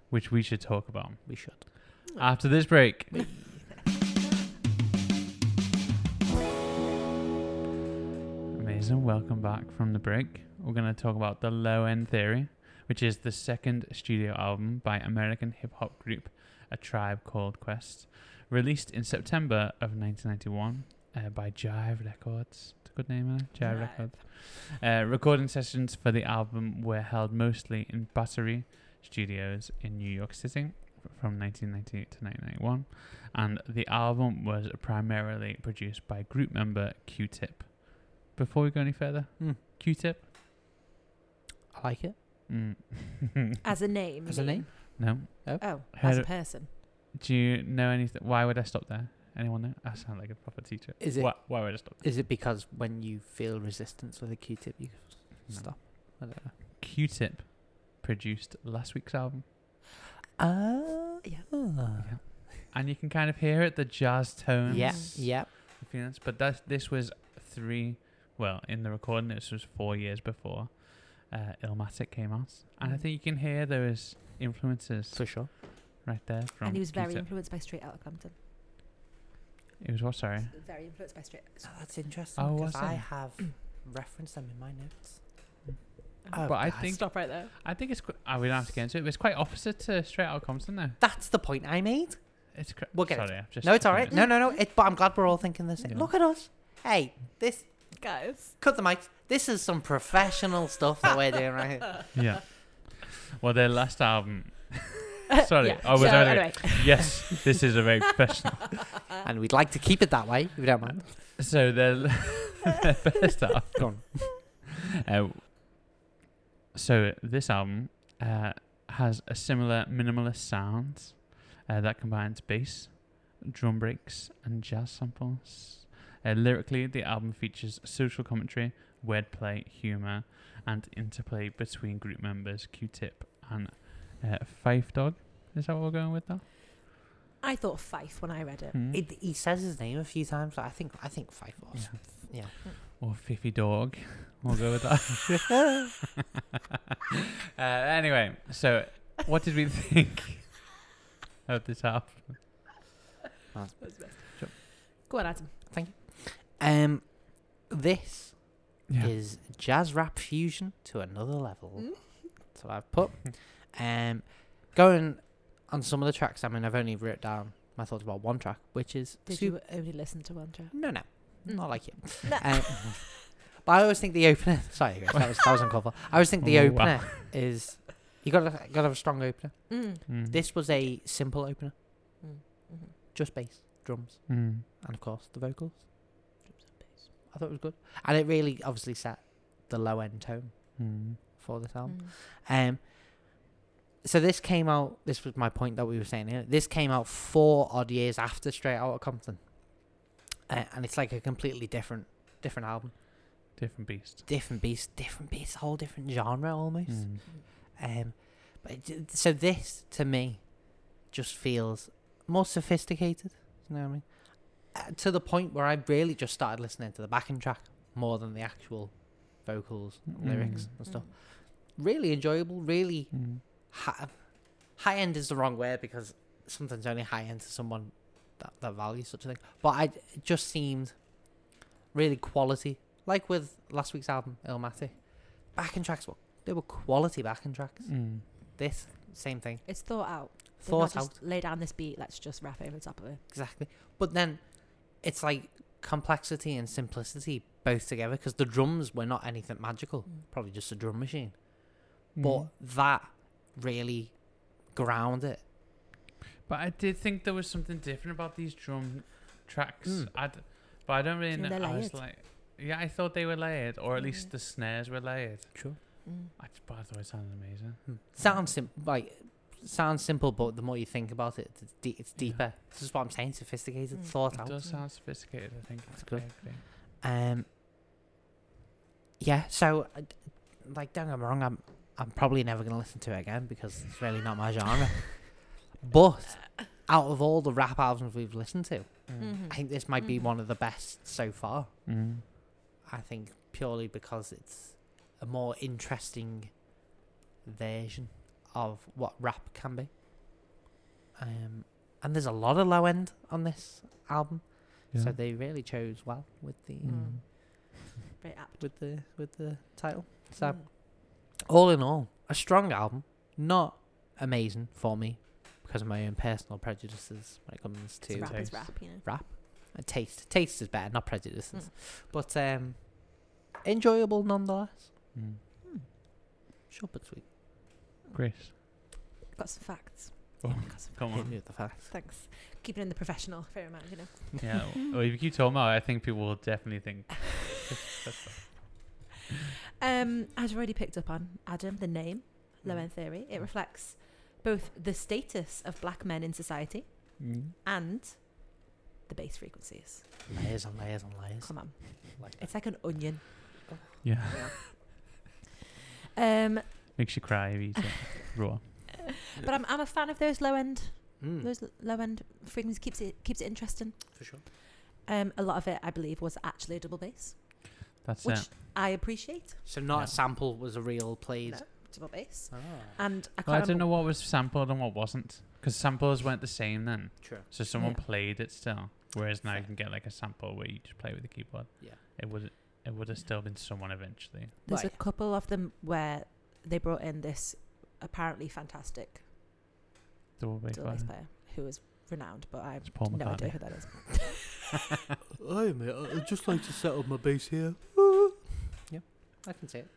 Which we should talk about
We should.
after this break. Amazing. Welcome back from the break. We're going to talk about The Low End Theory, which is the second studio album by American hip hop group A Tribe Called Quest, released in September of 1991 uh, by Jive Records. It's a good name, eh? Jive
Jive.
Records. Uh, recording sessions for the album were held mostly in Battery Studios in New York City from 1998 to 1991, and the album was primarily produced by group member Q Tip. Before we go any further,
Hmm.
Mm.
Q Tip?
I like it.
Mm.
As a name.
As
you
a
mean?
name.
no.
Oh, as
Heard
a
it-
person.
Do you know anything? Why would I stop there? Anyone know? I sound like a proper teacher.
Is it-
Why, why would I stop
Is it because when you feel resistance with a Q-tip, you
No.
stop? I don't know.
Q Tip produced last week's album,
Ah.
Yeah.
Yeah. and you can kind of hear it the jazz tones.
Yeah.
Yes.
Yeah.
the feelings. But that this was three. Well, in the recording, this was four years before. uh, Illmatic came out, and I
Mm.
think you can hear those influences
For sure.
right there from.
and he was very
Q-Tip.
influenced by Straight Outta Compton.
It was what? Sorry.
Very influenced by Straight.
Ah,
So that's interesting
Oh,
because
was
I
it?
have referenced them in my notes.
But I
guys.
think
Oh, Stop right there.
I think it's. Qu- I we don't have to get into it. But it's quite opposite to Straight Outta Compton, though.
that's the point I made.
It's. Cr-
We'll get it.
sorry, I've just
No, it's
taken
all right.
it.
No, no, no. It, but I'm glad we're all thinking the same.
Yeah.
Look at us. Hey, this
Guys.
cut the mics. This is some professional stuff that we're doing right here.
Yeah. Well, their last album. Sorry.
Yeah.
I was
so,
already-
anyway.
Yes, this is a very professional.
And we'd like to keep it that way, if you don't mind.
So their, their first album.
Go on.
Uh, so this album uh, has a similar minimalist sound uh, that combines bass, drum breaks, and jazz samples. Uh, lyrically, the album features social commentary, wordplay, humor, and interplay between group members Q-Tip and uh, Fife Dog. Is that what we're going with that?
I thought Fife when I read it.
Hmm?
It, he says his name a few times. but I think I think five
Yeah.
was. Yeah.
Or Fiffy Dog. We'll go with that. uh, anyway, so what did we think of this album? Sure.
Go on, Adam.
Um, this
Yeah.
is jazz rap fusion to another level.
Mm.
That's what I've put. Um, going on some of the tracks. I mean, I've only wrote down my thoughts about one track, which is
Did
Super
you Mm. only listen to one track?
No, no, not like you.
No.
Um,
Mm-hmm.
but I always think the opener. Sorry, guys, that was that was uncalled for. I always think the
Oh, wow.
opener is you got to got to have a strong opener.
Mm.
Mm.
This was a simple opener,
Mhm.
just bass, drums,
Mm.
and of course the vocals. I thought it was good, and it really obviously set the low end tone
Mm.
for this album.
Mm.
Um, so this came out. This was my point that we were saying. earlier. This came out four odd years after Straight Outta Compton, uh, and it's like a completely different different album.
Different beast.
different beast, different beast, a whole different genre almost.
Mm.
Um, but it, d- so this to me just feels more sophisticated. You know what I mean? Uh, to the point where I really just started listening to the backing track more than the actual vocals, and lyrics,
Mm.
and
Mm-hmm.
stuff. Really enjoyable. Really
Mm.
hi- high end is the wrong word because something's only high end to someone that, that values such a thing. But I it just seemed really quality, like with last week's album Illmatic. Backing tracks were they were quality backing tracks.
Mm.
This same thing,
It's thought out. They've not
thought
just
out
Lay down this beat. Let's just rap over the top of it.
exactly. But then it's like complexity and simplicity both together because the drums were not anything magical.
Mm.
Probably just a drum machine,
Mm.
but that really ground it.
But I did think there was something different about these drum tracks.
Mm.
I'd, but I don't really know.
Yeah, they're
I was
layered.
like, yeah, I thought they were layered, or at least
Mhm.
the snares were layered.
Sure.
Mm.
I, but I thought it sounded amazing.
Hmm. Sounds simple, like sounds simple, but the more you think about it, it's, de- it's
Yeah.
deeper. This is what I'm saying: sophisticated,
Mm.
thought
It
out.
does sound sophisticated. I think
That's
I
good.
agree.
Um, yeah. So, I d- like, don't get me wrong. I'm I'm probably never gonna listen to it again because it's really not my genre. but out of all the rap albums we've listened to,
Mm-hmm.
Mm.
I think this might be
Mhm.
one of the best so far.
Mm-hmm.
Mm.
I think purely because it's a more interesting version of what rap can be. Um, and there's a lot of low end on this album, so they really chose well with the
Mm-hmm.
Mm. Very apt.
with the with the title. So
Mm.
all in all, a strong album, not amazing for me because of my own personal prejudices when it comes
So
to
rap is
taste.
rap, you know.
uh, taste. Taste is better, not prejudices,
Mm.
but um, enjoyable nonetheless.
Mm.
Short but sweet.
Grace.
Got some facts.
Oh,
Yeah, got some
Come
Hit
on.
me with the facts.
Thanks. Keeping it in the professional fair amount, you know.
yeah. w- Well, if you keep talking about it, I think people will definitely think.
Um, as already picked up on, Adam, the name,
Mm.
low end theory, it reflects both the status of black men in society
Mm.
and the bass frequencies.
Layers and layers and layers.
Come on.
Like that.
It's like an onion.
Yeah.
Um,
Makes you cry if you eat it raw.
but I'm, I'm a fan of those low end
Hmm.
Mm,
those low end frequencies keeps it keeps it interesting.
for sure.
Um, a lot of it I believe was actually a double bass,
That's
which
it.
I appreciate.
So not
No.
a sample was a real played.
No. Uh, Double bass.
Ah,
And I can't
Well, I don't
remember-
know what was sampled and what wasn't, because samples weren't the same then.
true.
So someone
Yeah.
played it still, whereas now you
Fair.
can get like a sample where you just play with the keyboard.
Yeah.
It would it would have still been someone eventually.
There's
Right.
a couple of them where they brought in this apparently fantastic
Double bass
double bass
player.
player who is renowned, but I have
It's Paul
no idea
McCartney.
who that is.
Hey mate, I- I'd just like to set up my base here. yeah, I can see it.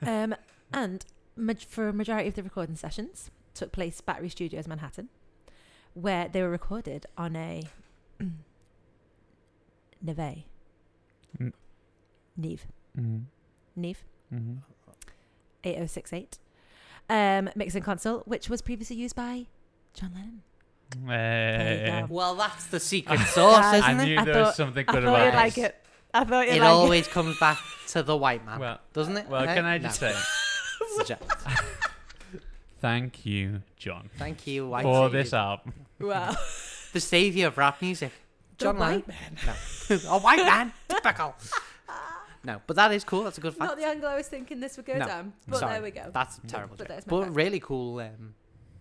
um, and maj- for a majority of the recording sessions took place Battery Studios, Manhattan, where they were recorded on a Neve.
Mm.
Neve.
Mm-hmm.
Neve.
Mm-hmm.
8068 um, mixing console, which was previously used by John Lennon.
Hey.
go.
Well, that's the secret sauce,
Guys,
Eh, I
isn't
knew
it?
I
there was
thought-
something
I
good
thought
about
you'd
this.
like it. I thought you'd
It
like
always comes back to the white man,
Well,
doesn't it?
well,
Eh?
can I
No.
just say
It's a joke.
thank you, John,
Thank you, white
for
savior.
this album.
it. Wow.
the savior of rap music.
The
John Lennon.
white man.
a white man, typical. No, but that is cool. That's a good fact.
Not the angle I was thinking this would go
No.
down, but
Sorry.
there we go.
That's
Mm.
terrible.
But
joke.
there's my
But
fact.
really cool. Um,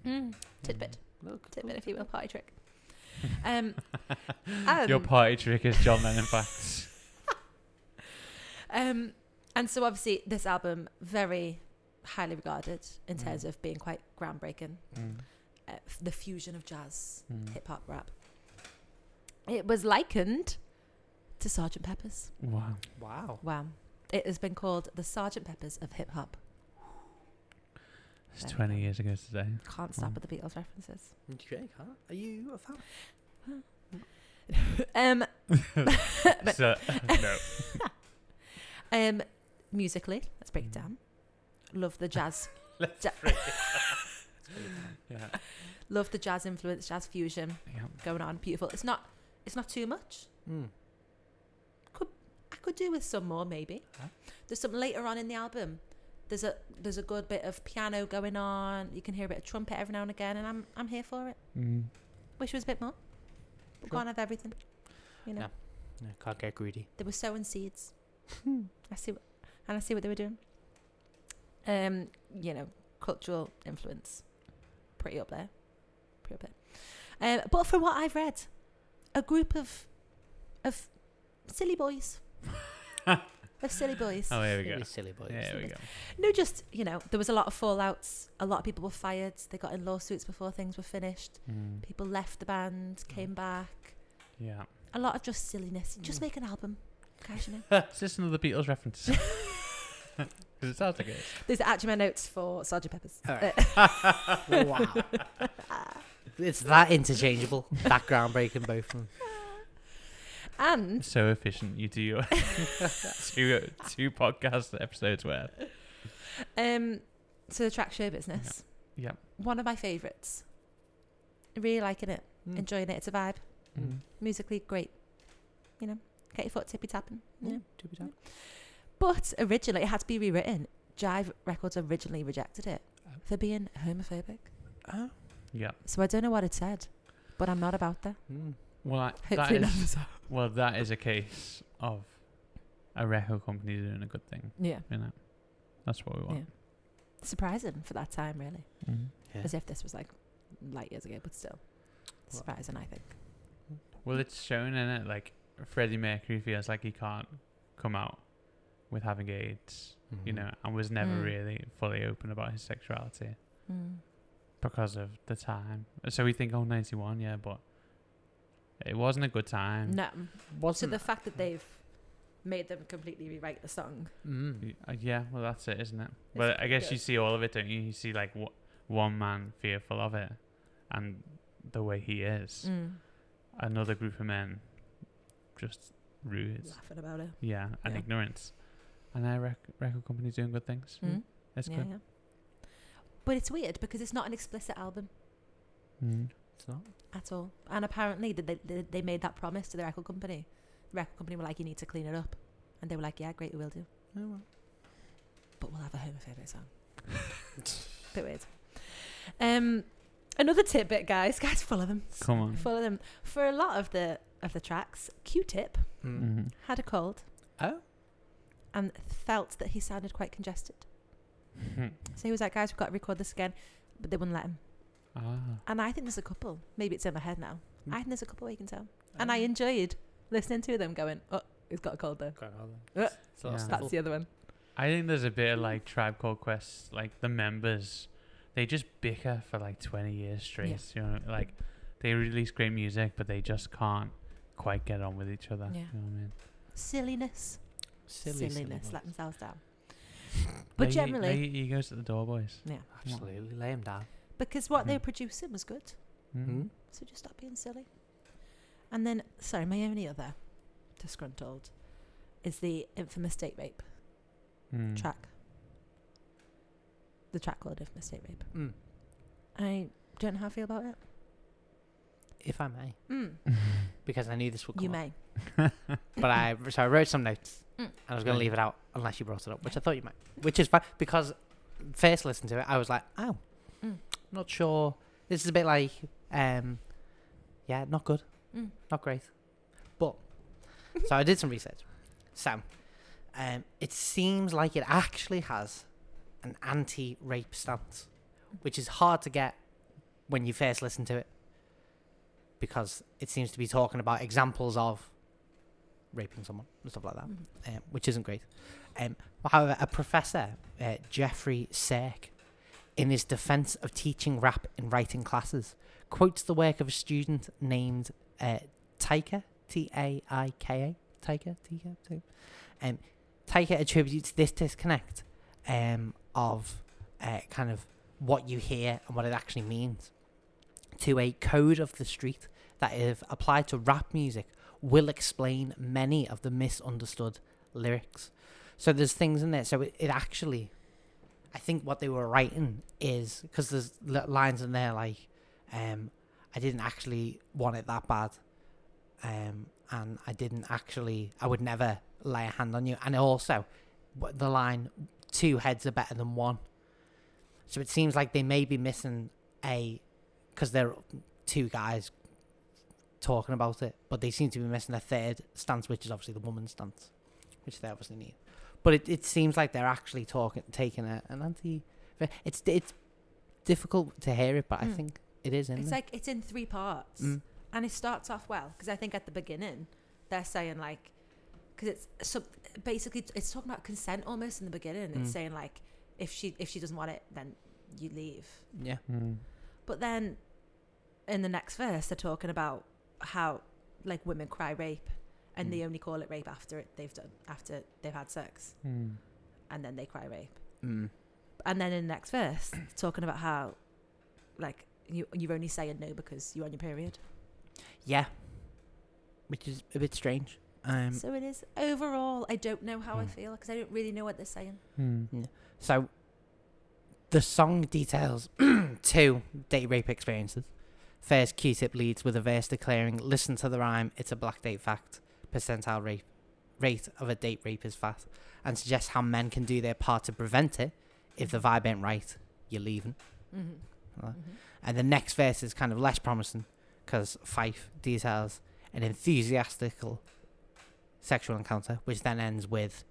Mm, tidbit,
look,
tidbit, if you will, party trick. Um, um,
Your party trick is John Lennon facts.
um, and so obviously this album very highly regarded in
Mm.
terms of being quite groundbreaking,
Mm,
uh, f- the fusion of jazz,
mm.
hip hop, rap. It was likened to Sergeant Pepper's.
Wow.
Wow.
Wow. It has been called the Sergeant Peppers of hip hop.
It's
There we
20
go.
years ago today.
Can't stop
Mm.
with the Beatles references.
Jake, huh? Are you a fan?
Um, But-
so, no.
um, musically, let's break it down. Love the jazz.
Let's
Ja-
break it. yeah.
Love the jazz influence, jazz fusion
yeah.
going on. Beautiful. It's not. It's not too much.
Mm.
I could do with some more maybe.
Huh?
There's something later on in the album. There's a there's a good bit of piano going on. You can hear a bit of trumpet every now and again, and I'm I'm here for it.
Mm.
Wish there was a bit more. But
Sure.
can't have everything. You know,
No. No, can't get greedy.
they were sowing seeds. I see, what, and I see what they were doing. Um, you know, cultural influence, pretty up there, pretty up there. Um, but from what I've read, a group of of silly boys, of silly boys.
Oh, here we go.
Really silly boys.
There we
Yes.
go.
No, just you know, there was a lot of fallouts. A lot of people were fired. They got in lawsuits before things were finished.
Mm.
People left the band, came back.
Yeah.
A lot of just silliness. Just
Mm.
make an album, guys. You know.
Is this another Beatles reference? Because it sounds like it.
There's actually my notes for Sergeant Pepper's.
All right. wow. It's that interchangeable. That groundbreaking both of them.
And
So efficient. You do your two, two podcast episodes worth.
Um, so the track show business.
Yep.
One of my favourites. Really liking it,
Mm.
enjoying it. It's a vibe.
Mm.
Musically great. You know, get your foot tippy tapping. you know.
Mm, to be done.
But originally, it had to be rewritten. Jive Records originally rejected it
Oh.
for being homophobic.
Oh.
Yep.
So I don't know what it said, but I'm not about that.
Mm.
Well, I, that
Hopefully,
is,
not.
well, that is a case of a record company doing a good thing.
yeah,
You know, that's what we want.
surprising for that time, really.
Mhm.
Yeah.
As if this was like light years ago, but still surprising, I think.
Well, it's shown in it. Like Freddie Mercury feels like he can't come out with having AIDS. You
Mhm.
know, and was never
Mm.
really fully open about his sexuality.
Um,
Mm.
because of the time. So we think, oh, 91, yeah, but it wasn't a good time.
No, So
Wasn't
the fact that they've made them completely rewrite the song.
mm.
Y- uh, Yeah, well, that's it, isn't it? But I
pretty
guess you
good.
see all of it, don't you? You see, like, wh- one man fearful of it and the way he is.
Mm.
Another group of men just rude.
Laughing about it.
Yeah, and
Yeah.
ignorance. And our rec- record company's doing good things. It's
Mm. Yeah,
good.
yeah. But it's weird because it's not an explicit album
Mm.
It's not.
at all. And apparently that they, they, they made that promise to the record company. The record company were like, you need to clean it up. And they were like, yeah, great, we will do.
Oh, well.
But we'll have a homophobic song. Bit weird. Um, another tidbit, guys. Guys, full of them.
Come on.
Full of them. For a lot of the of the tracks, Q-Tip
Mm.
Mhm.
had a cold.
Oh.
and felt that he sounded quite congested. So he was like, guys, we've got to record this again. But they wouldn't let him.
ah.
And I think there's a couple. Maybe it's in my head now.
Hmm.
I think there's a couple you can tell. And I
Okay.
enjoyed listening to them going, oh, he's got a cold though.
Quite well then.
Uh,
It's a
Yeah.
lot of
That's
sniffle.
the other one.
I think there's a bit of like Tribe Called Quest, like the members, they just bicker for like 20 years straight. You know, like they release great music, but they just can't quite get on with each other.
Yeah.
You know what I mean?
Silliness.
Silly, silly
Silliness.
one.
Let themselves down. But
Lay-
generally-
lay your egos at the door, boys.
Yeah.
Absolutely, lay him down.
Because what
Hmm.
they were
Mhm.
producing was good.
Mm.
So just stop being silly. And then, sorry, my only other disgruntled is the infamous date rape
Hmm?
Mm.
track. The track called Infamous Date Rape.
Mm.
I don't know how I feel about it.
If I may,
Mm.
because I knew this would come
You
up.
may.
But I so I wrote some notes,
Mm.
and I was going to
Okay.
leave it out unless you brought it up, which
Okay.
I thought you might. Which is fine because first listen to it, I was like, oh,
Mm.
not sure. This is a bit like, um, yeah, not good,
Mm.
not great. But so I did some research. So, um, it seems like it actually has an anti-rape stance, which is hard to get when you first listen to it, because it seems to be talking about examples of raping someone and stuff like that
Mhm.
um, which isn't great. Um, however, a professor, uh, Jeffrey Serk, in his defense of teaching rap in writing classes, quotes the work of a student named uh, Taika, T A I K A, Taika, Taika, Taika. Um, Taika attributes this disconnect um, of uh, kind of what you hear and what it actually means to a code of the street that, if applied to rap music, will explain many of the misunderstood lyrics. So there's things in there. So it, it actually, I think what they were writing is because there's li- lines in there like, um, I didn't actually want it that bad, um, and I didn't actually, I would never lay a hand on you. And also, wh- the line, two heads are better than one. So it seems like they may be missing a, because they're two guys talking about it, but they seem to be missing a third stance, which is obviously the woman's stance, which they obviously need. But it, it seems like they're actually talking, taking a, an anti. It's it's difficult to hear it, but I
Mm.
think it is in
It's
there.
like it's in three parts,
Mm.
and it starts off well because I think at the beginning they're saying like, because it's so basically t- it's talking about consent almost in the beginning. It's
Mm.
saying like, if she if she doesn't want it, then you leave.
yeah.
Mm.
But then, in the next verse, they're talking about how like women cry rape, and they
Mm.
only call it rape after it they've done after they've had sex,
Mm.
and then they cry rape.
Mm.
and then in the next verse talking about how like you you're only saying no because you're on your period
Yeah. Which is a bit strange. Um,
so it is overall i don't know how i
Hmm.
feel because i don't really know what they're saying
Mm.
So the song details two date rape experiences. First, Q tip leads with a verse declaring, Listen to the rhyme, it's a black date fact. Percentile rape rate of a date rape is fat. And suggests how men can do their part to prevent it. If the vibe ain't right, you're leaving.
mm-hmm.
Right. And the next verse is kind of less promising because Fife details an enthusiastical sexual encounter, which then ends with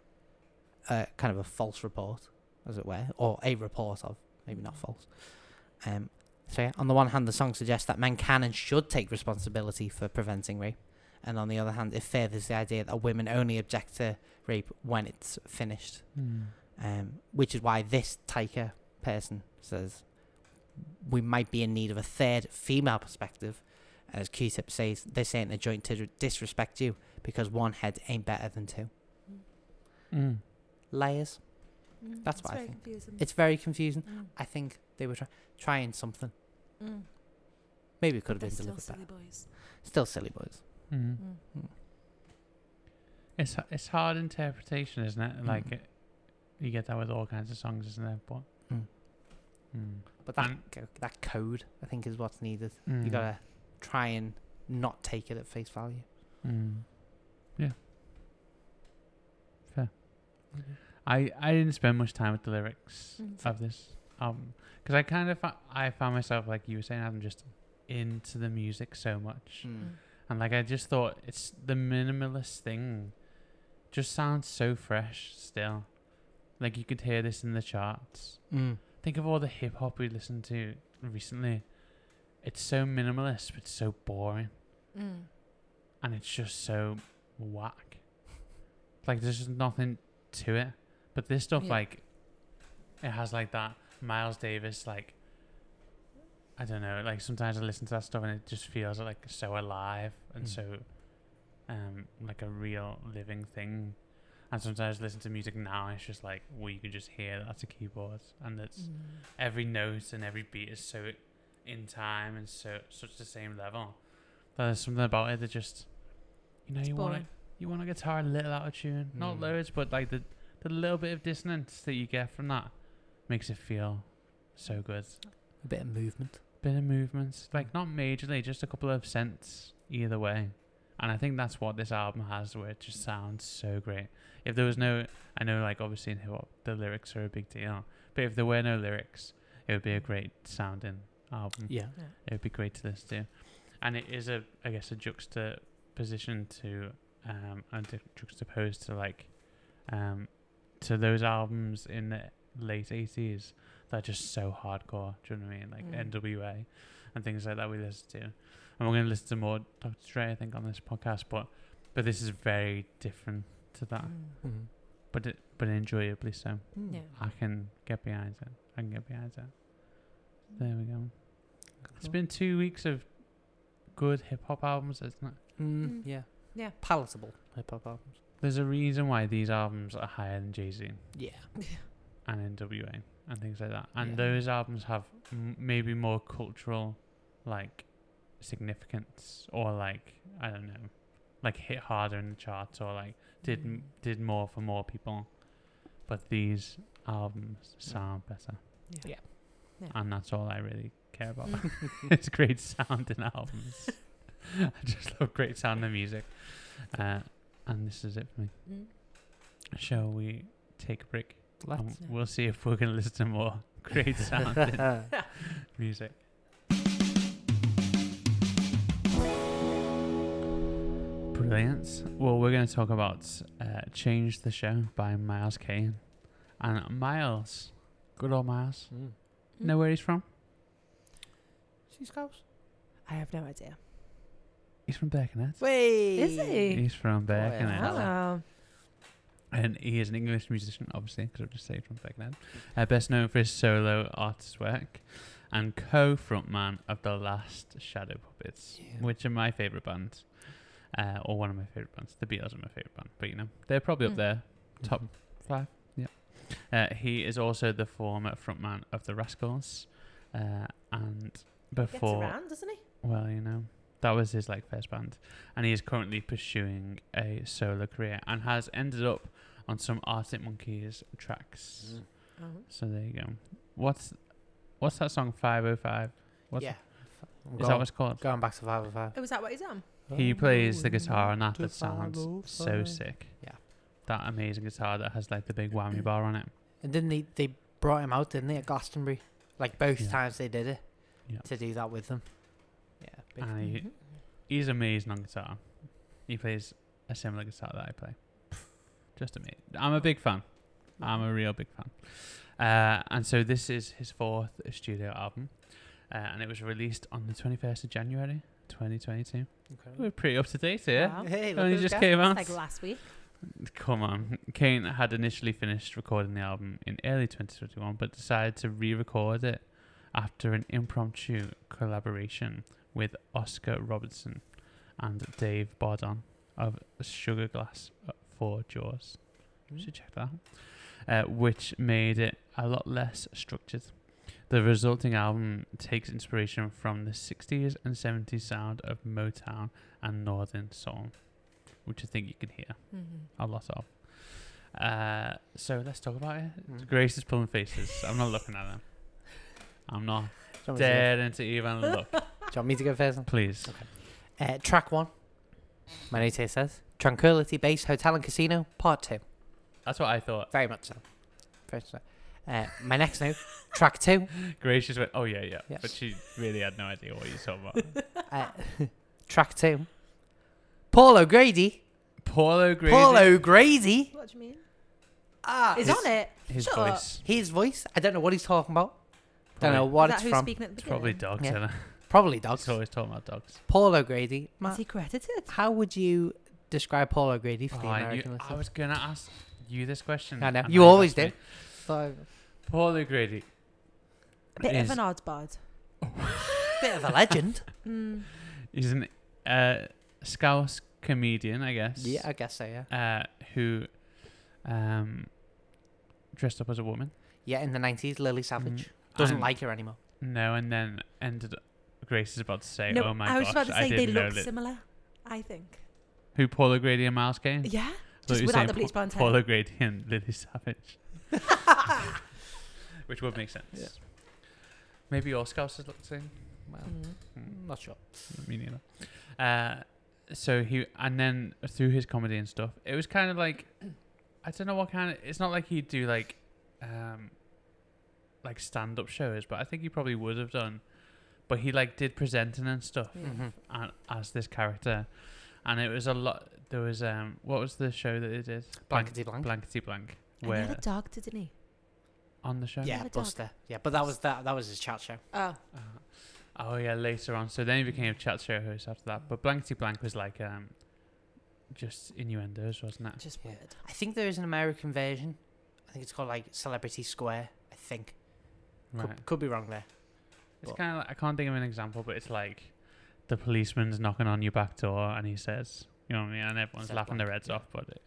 a kind of a false report, as it were, or a report of, maybe not false. Um, so, yeah, on the one hand, the song suggests that men can and should take responsibility for preventing rape. And on the other hand, it furthers the idea that women only object to rape when it's finished
Mm.
um, which is why this Taika person says we might be in need of a third female perspective. As Q-Tip says, this ain't a joint to disrespect you because one head ain't better than two.
Mm.
Layers.
Mm,
That's
it's
what I
very
think.
confusing.
It's very confusing.
Mm,
I think they were try- trying something.
mm.
Maybe it could have
They're
been
still
delivered
silly
better.
boys
Still silly boys.
Mm.
Mm.
It's h- it's hard interpretation, isn't it? Like
Mm.
it, you get that with all kinds of songs, isn't it? But
Mm.
Mm.
But that
And-
co- that code, I think, is what's needed. You
Mm.
gotta try and not take it at face value.
Mm. Yeah. Fair. I I didn't spend much time with the lyrics
Mm, fair.
of this album because I kind of fa- I found myself like you were saying Adam just into the music so much
Hmm.
Mm.
and like I just thought it's the minimalist thing just sounds so fresh still. Like you could hear this in the charts.
Mm.
Think of all the hip hop we listened to recently. It's so minimalist, but so boring,
Mm.
and it's just so whack. Like there's just nothing to it. But this stuff,
Yeah.
like, it has like that Miles Davis, like, I don't know. Like sometimes I listen to that stuff and it just feels like so alive and
Mm.
so, um, like a real living thing. And sometimes I listen to music now, and it's just like, well, you can just hear that's a keyboard, and that's
Mm.
every note and every beat is so in time and so such the same level. But there's something about it that just you know
It's
you want to
boring.
you want a guitar a little out of tune, not
Mm.
loads, but like the the little bit of dissonance that you get from that makes it feel so good.
A bit of movement.
Bit of movements, like not majorly, just a couple of cents either way. And I think that's what this album has, where it just sounds so great. If there was no, I know, like obviously in hip hop, the lyrics are a big deal. But if there were no lyrics, it would be a great sounding album.
Yeah.
It would be great to listen to, and it is a, I guess, a juxtaposition to, um, and to juxtapose to like, um, to those albums in the late eighties that are just so hardcore. Do you know what I mean? Like
Mm.
N.W.A. and things like that we listen to, and we're going to listen to more Dr. Dre, I think, on this podcast. But, but this is very different to that,
Mm.
Mm.
but it, but enjoyably so.
Hmm.
Yeah.
I can get behind it. I can get behind it. There we go. It's
Cool.
been two weeks of good hip hop albums, isn't it?
Mm,
Mm.
yeah.
Yeah.
Palatable hip hop albums.
There's a reason why these albums are higher than Jay Z
Yeah.
and NWA and things like that. And
Yeah.
those albums have m- maybe more cultural, like, significance or like I don't know, like hit harder in the charts or like did
Mm.
m- did more for more people. But these albums sound better.
Yeah. Mm.
Yeah.
And that's all I really care about. it's great sounding albums. I just love great sounding music. Uh, and this is it for me.
Mm.
Shall we take a break?
Let's.
And we'll see if we're going to listen to more great sounding music. Brilliant. Well, we're going to talk about uh, Change the Show by Miles Kane. And Miles, good old Miles,
Mm.
know where he's from?
Sea Scouse.
I have no idea.
He's from Birkenhead.
Wait.
Is he?
He's from
Boy,
Birkenhead.
Hello.
Wow.
And he is an English musician, obviously, because I've just saved from back then. Uh, best known for his solo artist work and co frontman of The Last Shadow Puppets,
Yeah.
which are my favourite bands, uh, or one of my favourite bands. The Beatles are my favourite band, but you know, they're probably
Mm.
up there. Top five, yeah. Uh, he is also the former frontman of The Rascals, uh, and
Gets
before.
around, doesn't he?
Well, you know, that was his like first band, and he is currently pursuing a solo career and has ended up on some Arctic Monkeys tracks.
Mm.
Oh.
So there you go. What's what's that song? Five oh five. What's
Yeah.
is
Go
that
on-
what's called?
Going back to 505.
Oh, is that what he's on?
Hmm.
He plays the
Oh,
guitar on that.
to
That sounds so
505.
sick.
Yeah.
That amazing guitar that has like the big whammy bar on it.
And didn't they, they brought him out, didn't they, at Glastonbury? Like both
Yeah.
times they did it.
Yeah.
To do that with them. Yeah. big
And he,
Mhm.
he's amazing on guitar. He plays a similar guitar that I play. Just amazing. I'm a big fan. I'm a real big fan. Uh, and so this is his fourth studio album, uh, and it was released on the 21st of January 2022.
Incredible.
We're pretty up to date here.
Wow.
Hey,
It
look
Only
at
Oh, just
us go.
came out.
Like last week.
Come on. Kane had initially finished recording the album in early 2021, but decided to re record it after an impromptu collaboration with Oscar Robertson and Dave Bardon of Sugar Glass for Jaws. You should check that out. Uh, which made it a lot less structured. The resulting album takes inspiration from the 60s and 70s sound of Motown and Northern Soul, which I think you can hear
Mm-hmm.
a lot of. Uh, so let's talk about it.
Mm.
Grace is pulling faces. I'm not looking at them. I'm not
Do you want me to go-
daring to even look.
Do you want me to go first?
Please.
Uh, track one. My note here says Tranquility Base Hotel and Casino, Part Two.
That's what I thought.
Very much so. Very much so. Uh, my next note, track two.
Grace just went, oh, yeah, yeah.
Yes.
But she really had no idea what you were talking about.
Uh, track two. Paul O'Grady.
Paul O'Grady.
Paul O'Grady.
What do you mean?
Ah,
It's
his,
on it.
His
Shut up.
voice.
his voice. I don't know what he's talking about. Don't
Probably-
know what
Is that
it's
who's
from.
speaking at the
It's probably
beginning?
dogs,
Yeah.
isn't it?
Probably dogs.
It's always talking about dogs.
Paul O'Grady.
Is
Matt,
he credited?
how would you describe Paul O'Grady for
Oh,
the
I, knew-
American
I
listeners?
was going to ask you this question.
I know.
and
You
now you've
always
asked me.
do. So,
Paul O'Grady.
A bit
is-
of an oddbod.
bit of a legend.
Mm.
He's an uh, Scouse comedian, I guess.
yeah, I guess so. Yeah.
Uh, who um, dressed up as a woman.
Yeah, in the nineties, Lily Savage
Mm,
doesn't
and-
like her anymore.
No, and then ended up. Grace is about to say,
No,
"Oh my
I was
gosh,
about to
I
say they
didn't know
look
that."
similar. I think.
Who Paul O'Grady and Miles Kane?
Yeah.
I Hmm. thought
Just
you were
without
saying
the
Pa-
bleach blonde hair.
Paul O'Grady and Lily Savage, which would make sense.
Yeah.
Maybe your Scousers look the same.
Well,
Mm.
Mm,
not sure.
Me neither. Uh, so he and then through his comedy and stuff, it was kind of like I don't know what kind of. It's not like he'd do like um like stand up shows, but I think he probably would have done. But he like did presenting and stuff
Yeah.
Mhm.
and, as this character, and it was a lot. There was um what was the show that they did
Blankety blank.
blankety blank
And he had
where
a dog, didn't he?
on the show.
Yeah,
Not a dog.
Buster. Yeah, but that was that. That was his chat show.
Oh.
Uh, oh yeah, later on. So then he became a chat show host after that. But Blankety Blank was like um, just innuendos, wasn't it?
Just
Yeah.
weird.
I think there is an American version. I think it's called like Celebrity Square. I think
Right.
could, could be wrong there.
It's
Well-
kind of like, I can't think of an example, but it's like the policeman's knocking on your back door and he says, you know what I mean, and everyone's
Said
laughing their
blank,
heads
yeah.
off. But it,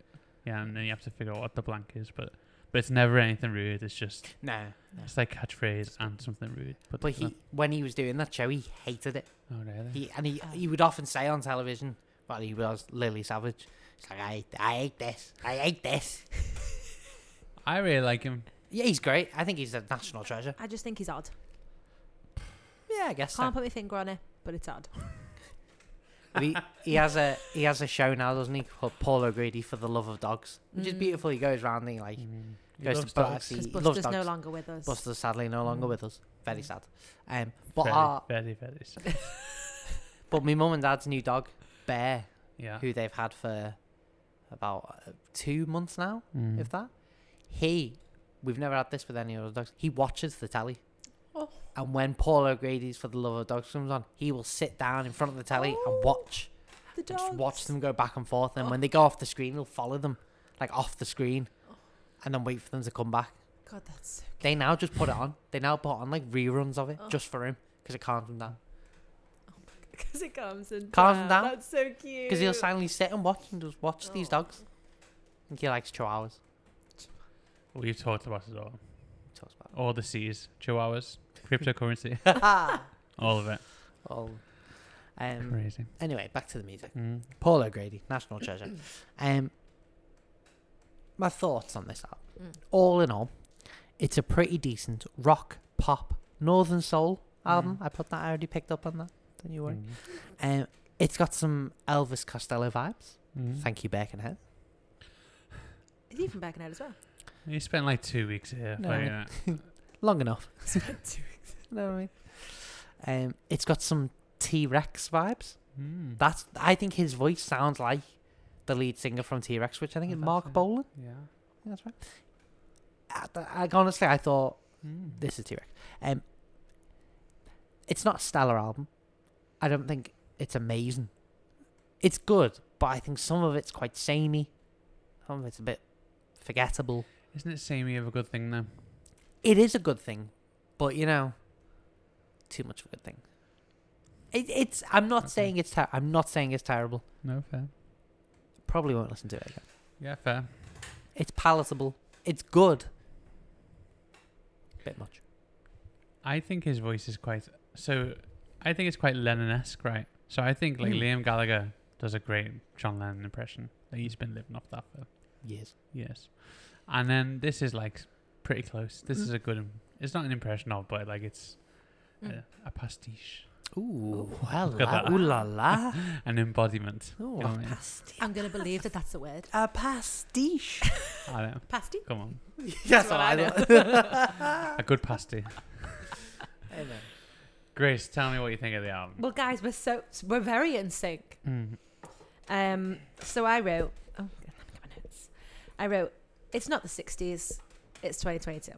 yeah, and then you have to figure out what the blank is, but but it's never anything rude. It's just
No, no.
it's like catchphrase and something rude. But,
But
there's
he when he was doing that show, he hated it.
no- oh really?
He and he he would often say on television, well, he was Lily Savage. He's like, I hate- I hate this. I hate this.
I really like him.
Yeah, he's great. I think he's a national treasure.
I just think he's odd.
Yeah, I guess so.
Can't put my finger on it, but it's odd.
But he, he has a he has a show now, doesn't he? Called Paul O'Grady for the love of dogs, which is
Mm.
beautiful. He goes round and he like
Mm. He
goes
loves
to Black's.
dogs. Mm.
He
Because
loves
Buster's no
dogs.
longer with us. Mm.
Buster's sadly no longer with us. Very sad. Um, but
Very,
our
very, very sad.
but my mum and dad's new dog Bear,
Yeah.
who they've had for about uh, two months now,
Mm.
if that. He, we've never had this with any other dogs. He watches the telly.
Oh.
And when Paul O'Grady's For the Love of Dogs comes on, he will sit down in front of the telly
Oh,
and watch.
The
and
dogs. Oh.
just watch them go back and forth. And when they go off the screen, he'll follow them, like off the screen, and then wait for them to come back.
God, that's.
They now just put it on. They now put on like reruns of it
Oh.
just for him because it calms him down.
Because it calms him
Calms
down.
down.
That's so cute.
Because he'll silently sit and watch and just watch these
Oh.
dogs. I think he likes chihuahuas.
We've talked about it all.
He talks about
All the C's, chihuahuas, cryptocurrency, all of it.
it. Oh. Um,
Crazy.
anyway, back to the music.
Mm.
Paul O'Grady, national treasure. Um, my thoughts on this album.
Mm.
All in all, it's a pretty decent rock, pop, northern soul album. I put that. I already picked up on that. Don't you worry.
Mm.
Um, it's got some Elvis Costello vibes.
Mm.
Thank you, Birkenhead.
Is he from Birkenhead as well?
You spent like two weeks here.
No.
like, uh,
Long enough.
Spent two weeks.
You know what I mean? Um, it's got some T Rex vibes.
mm.
That's. I think his voice sounds like the lead singer from T Rex, which I think
Oh,
is
that's
Mark
it.
Bolan.
Yeah.
I think That's right. I, th- I, honestly, I thought
Mm.
this is T Rex. Um, it's not a stellar album. I don't think it's amazing. It's good, but I think some of it's quite samey. Some of it's a bit forgettable.
Isn't it samey of a good thing though?
It is a good thing, but you know, too much of a good thing. It, it's. I'm not
Okay.
saying it's. Ter- I'm not saying it's terrible.
No fair.
Probably won't listen to it again.
Yeah, fair.
It's palatable. It's good. Bit much.
I think his voice is quite so. I think it's quite Lennon-esque, right? So I think like
Mm.
Liam Gallagher does a great John Lennon impression. Like, he's been living off that for
Yes.
years, and then this is like pretty close. This is a good. im- It's not an impression of, but like it's
Mm.
uh, a pastiche,
Ooh, well,
Look at
la,
that.
ooh la la.
an embodiment.
Oh.
Ooh,
Yeah,
a
mate.
pastiche.
I'm going to believe that that's a word.
A pastiche.
I don't know.
Pasty?
Come on,
That's
what
what
I
I
know.
thought.
a good pasty. Grace, tell me what you think of the album. Hmm.
Well, guys, we're so. We're very in sync.
Mm.
Um, so I wrote. Oh, I wrote, it's not the 60s, it's 2022.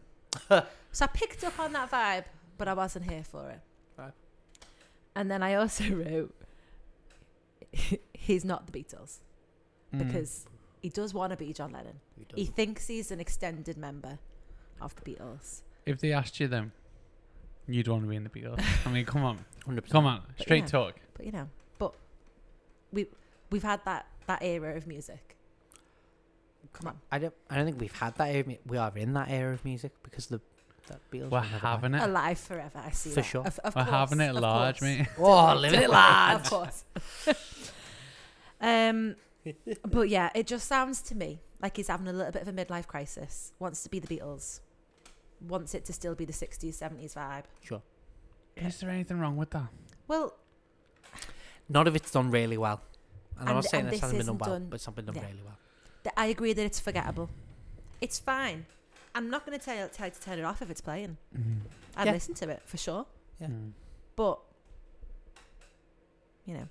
so I picked up on that vibe, but I wasn't here for it.
Right.
And then I also wrote, he's not the Beatles
Mm.
because he does want to be John Lennon.
Who
He
doesn't?
thinks he's an extended member of the Beatles.
if they asked you them, you'd want to be in the Beatles. I mean, come on,
100%.
come on,
But
straight
yeah.
talk.
But you know, but we we've had that that era of music. Come on,
I don't. I don't think we've had that. Era. of mu- We are in that era of music because the that Beatles.
We're
were never back.
having it.
alive forever. I see
For
that.
sure.
Of, of
We're
course,
having it
of
large,
course.
mate.
Oh, living it large.
of course. um, but yeah, it just sounds to me like he's having a little bit of a midlife crisis. Wants to be the Beatles. Wants it to still be the 60s, 70s vibe.
Sure.
Is there anything wrong with that?
Well,
Not if it's done really well. And, I'm
And-
not saying
and
this
this
hasn't been done
isn't
well,
done-
but it's not been done
yeah.
really well.
th- I agree that it's forgettable. It's fine. I'm not going to tell, tell you to turn it off if it's playing.
Mm.
I'd
Yeah.
listen to it for sure.
Yeah.
Mm.
But, you know,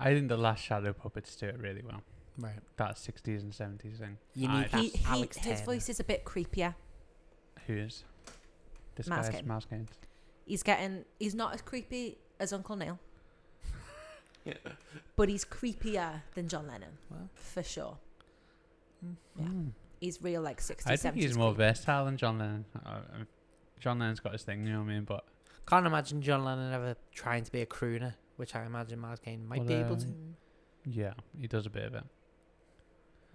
I think the last Shadow Puppets do it really well.
Right.
That 60s and 70s thing.
You
I
need
just-
he,
That's
he,
Alex
his
Turner.
voice is a bit creepier.
Who is? This
Mouse
guy's
Game.
Mouse Games.
He's getting, he's not as creepy as Uncle Neil. But he's creepier than John Lennon,
Well.
for sure. Yeah.
Mm.
He's real like 60s,
I think
70s
he's more
creep.
versatile than John Lennon. Uh, uh, John Lennon's got his thing, you know what I mean? But
Can't imagine John Lennon ever trying to be a crooner, which I imagine Miles Kane might be able
Although-
to.
Mm.
yeah, he does a bit of it.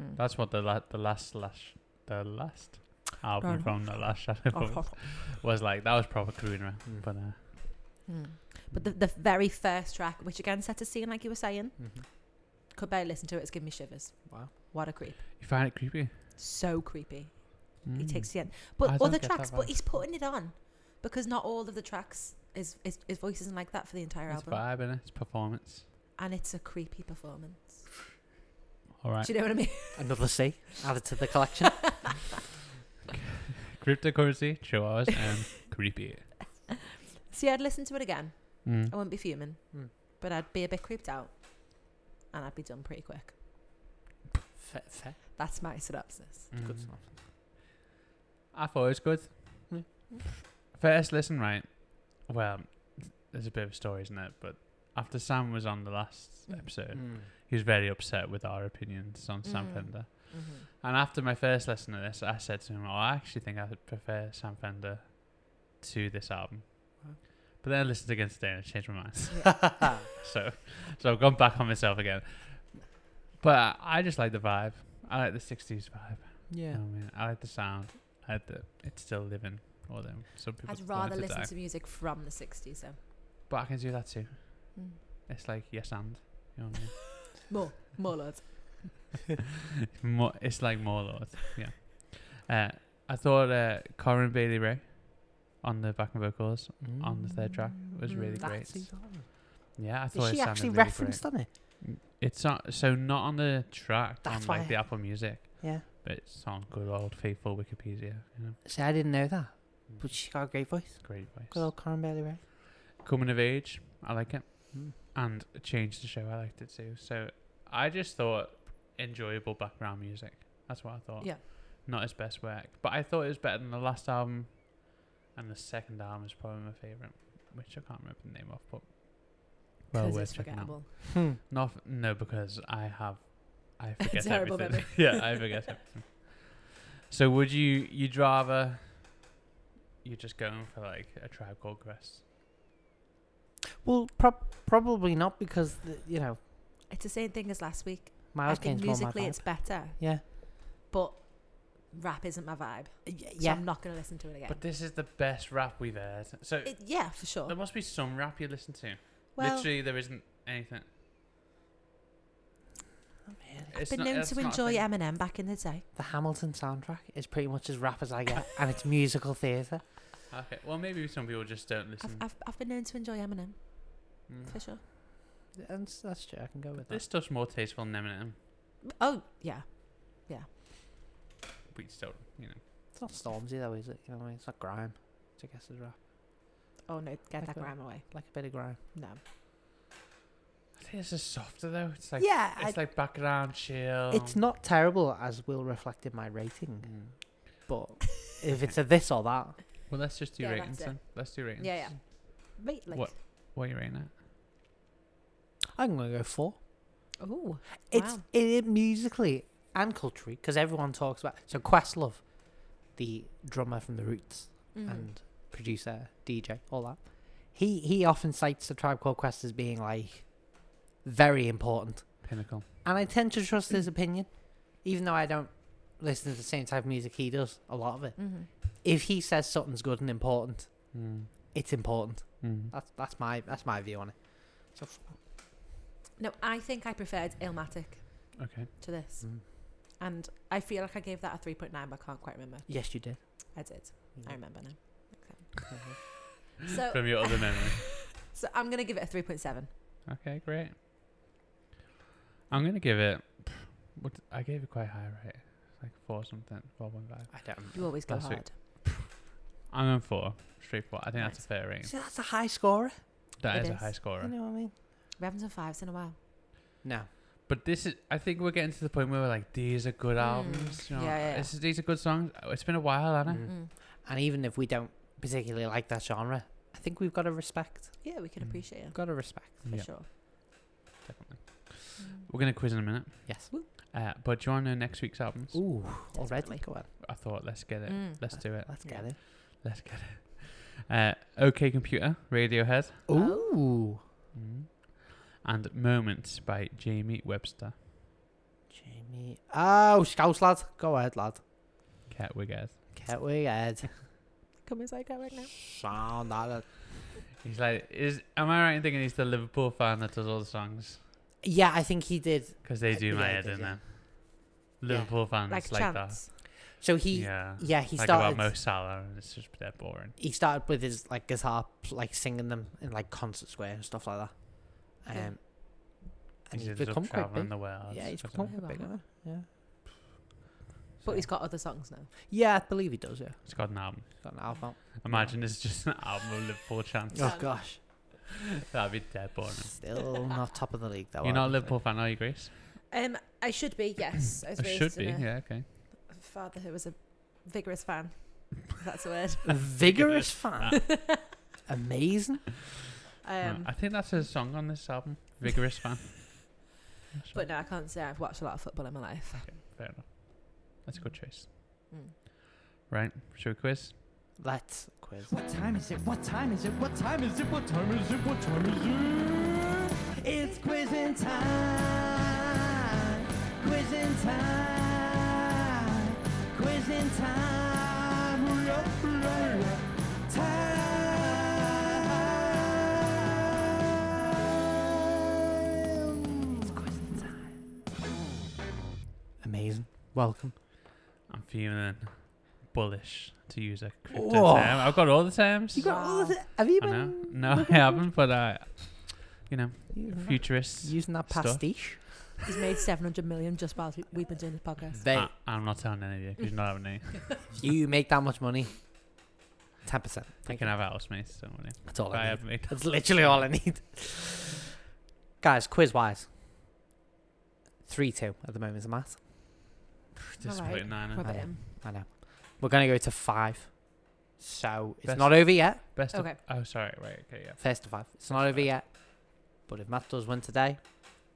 Mm.
That's what the la- the last last the last
Right.
album from the last
Oh,
Shadow Puppets was like. That was proper crooner.
Mm.
But uh,
Mm. But the, the very first track, which again set a scene, like you were saying,
Mhm.
could barely listen to it. It's giving me shivers.
Wow.
What a creep!
you find it creepy.
So creepy. He
Mm.
takes the end,
I
but
don't
other
get that
tracks.
vibe.
But he's putting it on because not all of the tracks. His, his, his voice isn't like that for the entire
It's
album,
vibe and it's performance.
and it's a creepy performance.
All right.
Do you know what I mean?
Another C added to the collection.
Cryptocurrency, chihuahuas, and creepy.
See, I'd listen to it again.
Mm.
I wouldn't be fuming,
Mm.
but I'd be a bit creeped out, and I'd be done pretty quick.
fair, fair.
That's my synopsis.
Good
Mm.
stuff.
I thought it was good.
Yeah.
First listen, right? Well, there's a bit of a story, isn't it? But after Sam was on the last
Mm.
episode,
Mm.
he was very upset with our opinions on Sam
Mm.
Fender.
Mhm.
And after my first listen to this, I said to him, oh, I actually think I prefer Sam Fender to this album.
Wow.
But then I listened again today and I changed my mind.
Mm. Yeah.
so so I've gone back on myself again. But I, I just like the vibe. I like the 60s vibe. You
yeah.
know what I mean? I like the sound. I like the, it's still living. Or them. Some people
I'd
want
rather
it to
listen
die.
to music from the '60s, though.
But I can do that too.
Mm.
It's like yes and. You know what
More, more lads.
I mean? more, it's like more lord. Yeah. Uh, I thought uh, Corin Bailey Ray on the backing vocals on the third track was really
Mm,
great.
That's his album.
Yeah, I thought
Is
it
she
sounded
actually
really great.
referenced on it?
It's not so not on the track on
That's why
like
I-
the Apple Music,
Yeah.
but it's on good old faithful Wikipedia. You know,
See, I didn't know that, but
Mm,
she got a great voice.
great
Good
voice.
old Corin Bailey Ray.
Coming of age, I like it,
Mm.
and change the show. I liked it too. So I just thought enjoyable background music. That's what I thought.
Yeah.
Not his best work, but I thought it was better than the last album, and the second album is probably my favorite, which I can't remember the name of, but well
Because
worth
it's
checking out.
forgettable.
Hmm.
Not f- no, because I have, I forget
Terrible
everything. yeah, I forget everything. So would you? You'd rather? You're just going for like a tribe called Quest.
Well, prob- probably not because the, you know
It's the same thing as last week. I
Miles
think
Kane's more my
musically
vibe.
it's better,
Yeah.
but rap isn't my vibe. So
Yeah.
I'm not going to listen to it again.
But this is the best rap we've heard. So
it, yeah, for sure.
there must be some rap you listen to.
well,
Um, Literally, there isn't anything.
I've
It's
been
not-
known
that's
to
not a
enjoy
thing.
Eminem back in the day.
The Hamilton soundtrack is pretty much as rap as I get, and it's musical theatre.
Okay, well maybe some people just don't
I've,
listen.
I've, I've been known to enjoy Eminem,
Mm.
for sure.
And s- that's true. I can go with
This stuff's more tasteful than Eminem.
Oh, yeah.
We just don't, you know.
that. It's not Stormzy though, is it? You know, what I mean? it's not grime. Which I guess is rap.
Oh, no, get that
Okay.
grime away.
Like a bit of grime.
No.
I This is softer though. It's like
yeah,
it's like background chill.
it's not terrible as will reflect in my rating,
Mm.
but if it's a this or that,
Well, let's just do
Yeah,
ratings
that's it.
then. Let's do ratings.
Yeah, yeah. Wait, like,
What? What are you rating at?
I'm gonna go four.
oh,
It's
Wow.
it, it musically and culturally because everyone talks about so Questlove, the drummer from the Roots
Mm-hmm.
and producer DJ, all that. He he often cites the Tribe Called Quest as being like very important,
Pinnacle.
and I tend to trust his opinion, even though I don't listen to the same type of music he does. A lot of it.
Mm-hmm.
If he says something's good and important,
Mm.
it's important.
Mm.
That's that's my that's my view on it. So f-
No, I think I preferred Illmatic
Okay.
to this,
Mm.
and I feel like I gave that a three point nine, but I can't quite remember.
yes, you did.
I did. I
Yeah.
remember now.
Mm-hmm.
Okay. so,
From your other memory.
so I'm gonna give it a three point seven.
Okay, great. I'm gonna give it. What I gave it quite high, right? It's like four something, four point five.
I don't. Remember.
You always go
That's it.
hard.
I'm on four, straight four. I think that's a
Nice.
fair rating.
See, that's a high scorer.
That
It
is, a
is.
high scorer.
You know what I mean?
We haven't done fives in a while.
No.
But this is, I think we're getting to the point where we're like, these are good
Mm.
albums. You know,
Yeah, yeah,
This is, these are good songs. Oh, It's been a while, hasn't it?
Mm.
Mm.
And even if we don't particularly like that genre, I think we've got to respect.
Yeah, we can
Mm.
appreciate it
We've got to respect.
for
Yeah,
sure.
definitely.
Mm.
We're gonna quiz in a minute.
Yes.
Uh, but do you want to know next week's albums?
Ooh,
Definitely.
already. Go on.
I thought, let's get it.
Mm.
Let's do it.
Let's
Yeah.
get it.
Let's get it. Uh, OK Computer, Radiohead,
Ooh.
mm. and Moments by Jamie Webster.
Jamie. Oh, Scouse lad. Go ahead, lad.
Cat Wiggers.
Get we ahead.
Come inside, go right now.
Sound that. uh,
He's like, is am I right in thinking he's the Liverpool fan that does all the songs?
Yeah, I think he did.
Because they do
Uh, Yeah,
my
he
head
does,
in
yeah.
them.
Yeah.
Liverpool fans
Like,
like, that.
chance.
So he. Yeah,
yeah.
he
like
started.
about Mo Salah, and it's just they're boring.
he started with his like guitar, pl- like singing them in like concert square and stuff like that. Um,
Yeah.
and he's,
ended up
become quite
travelling
big.
the world.
Yeah, he's
I don't
become
know.
quite big.
Wow.
hasn't he? Yeah.
But
So,
he's got other songs now.
Yeah, I believe he does. Yeah,
It's got an album.
he's got an album.
Imagine it's just an album of Liverpool chants.
Oh
Sound.
gosh,
That'd be dead boring.
still not top of the league though.
You're not
I
a
would
Liverpool fan, are you, Grace?
Um, I should be. Yes, I was
I
raised
should
in
be.
a
Yeah. Okay.
father who was a vigorous fan. if That's a word.
say. A vigorous fan,
Ah.
amazing.
Right,
Um,
I think that's a song on this album. Vigorous fan. That's
but uh,
right.
no, I can't say I've watched a lot of football in my life.
Okay, fair enough. That's a good choice.
Mm.
Right. Should we quiz?
Let's quiz.
What time is it? What time is it? What time is it? What time is it? What time is it? It's quizzing time. Quizzing time. Quizzing time. La, la, la. Time. It's quizzing time.
Amazing. Welcome.
I'm feeling bullish to use a crypto
Whoa.
term. I've got all the terms.
You got all of
Wow.
the- Have you
I know.
been?
No, I
looking
haven't, but I, you know,
for- using that-
futurists.
Using that
stuff.
pastiche.
He's made 700 million just while we- we've been doing this podcast.
They,
I, I'm not telling any of you 'cause you're not having any.
you make that much money. Ten percent.
You
Thank you.
can have it else, mate. Don't worry.
That's all
But I
I need.
have made.
That's literally all I need. Guys, quiz wise. 3 2 at the moment is the math.
Disappointing, I know.
Rub it
I know.
in.
I know. We're going to go to 5. So it's
Best-
not over yet.
Best of.
Okay.
Oh, sorry. Right. Okay. Yeah.
First to 5. It's not over
five.
yet. But if Matt does win today,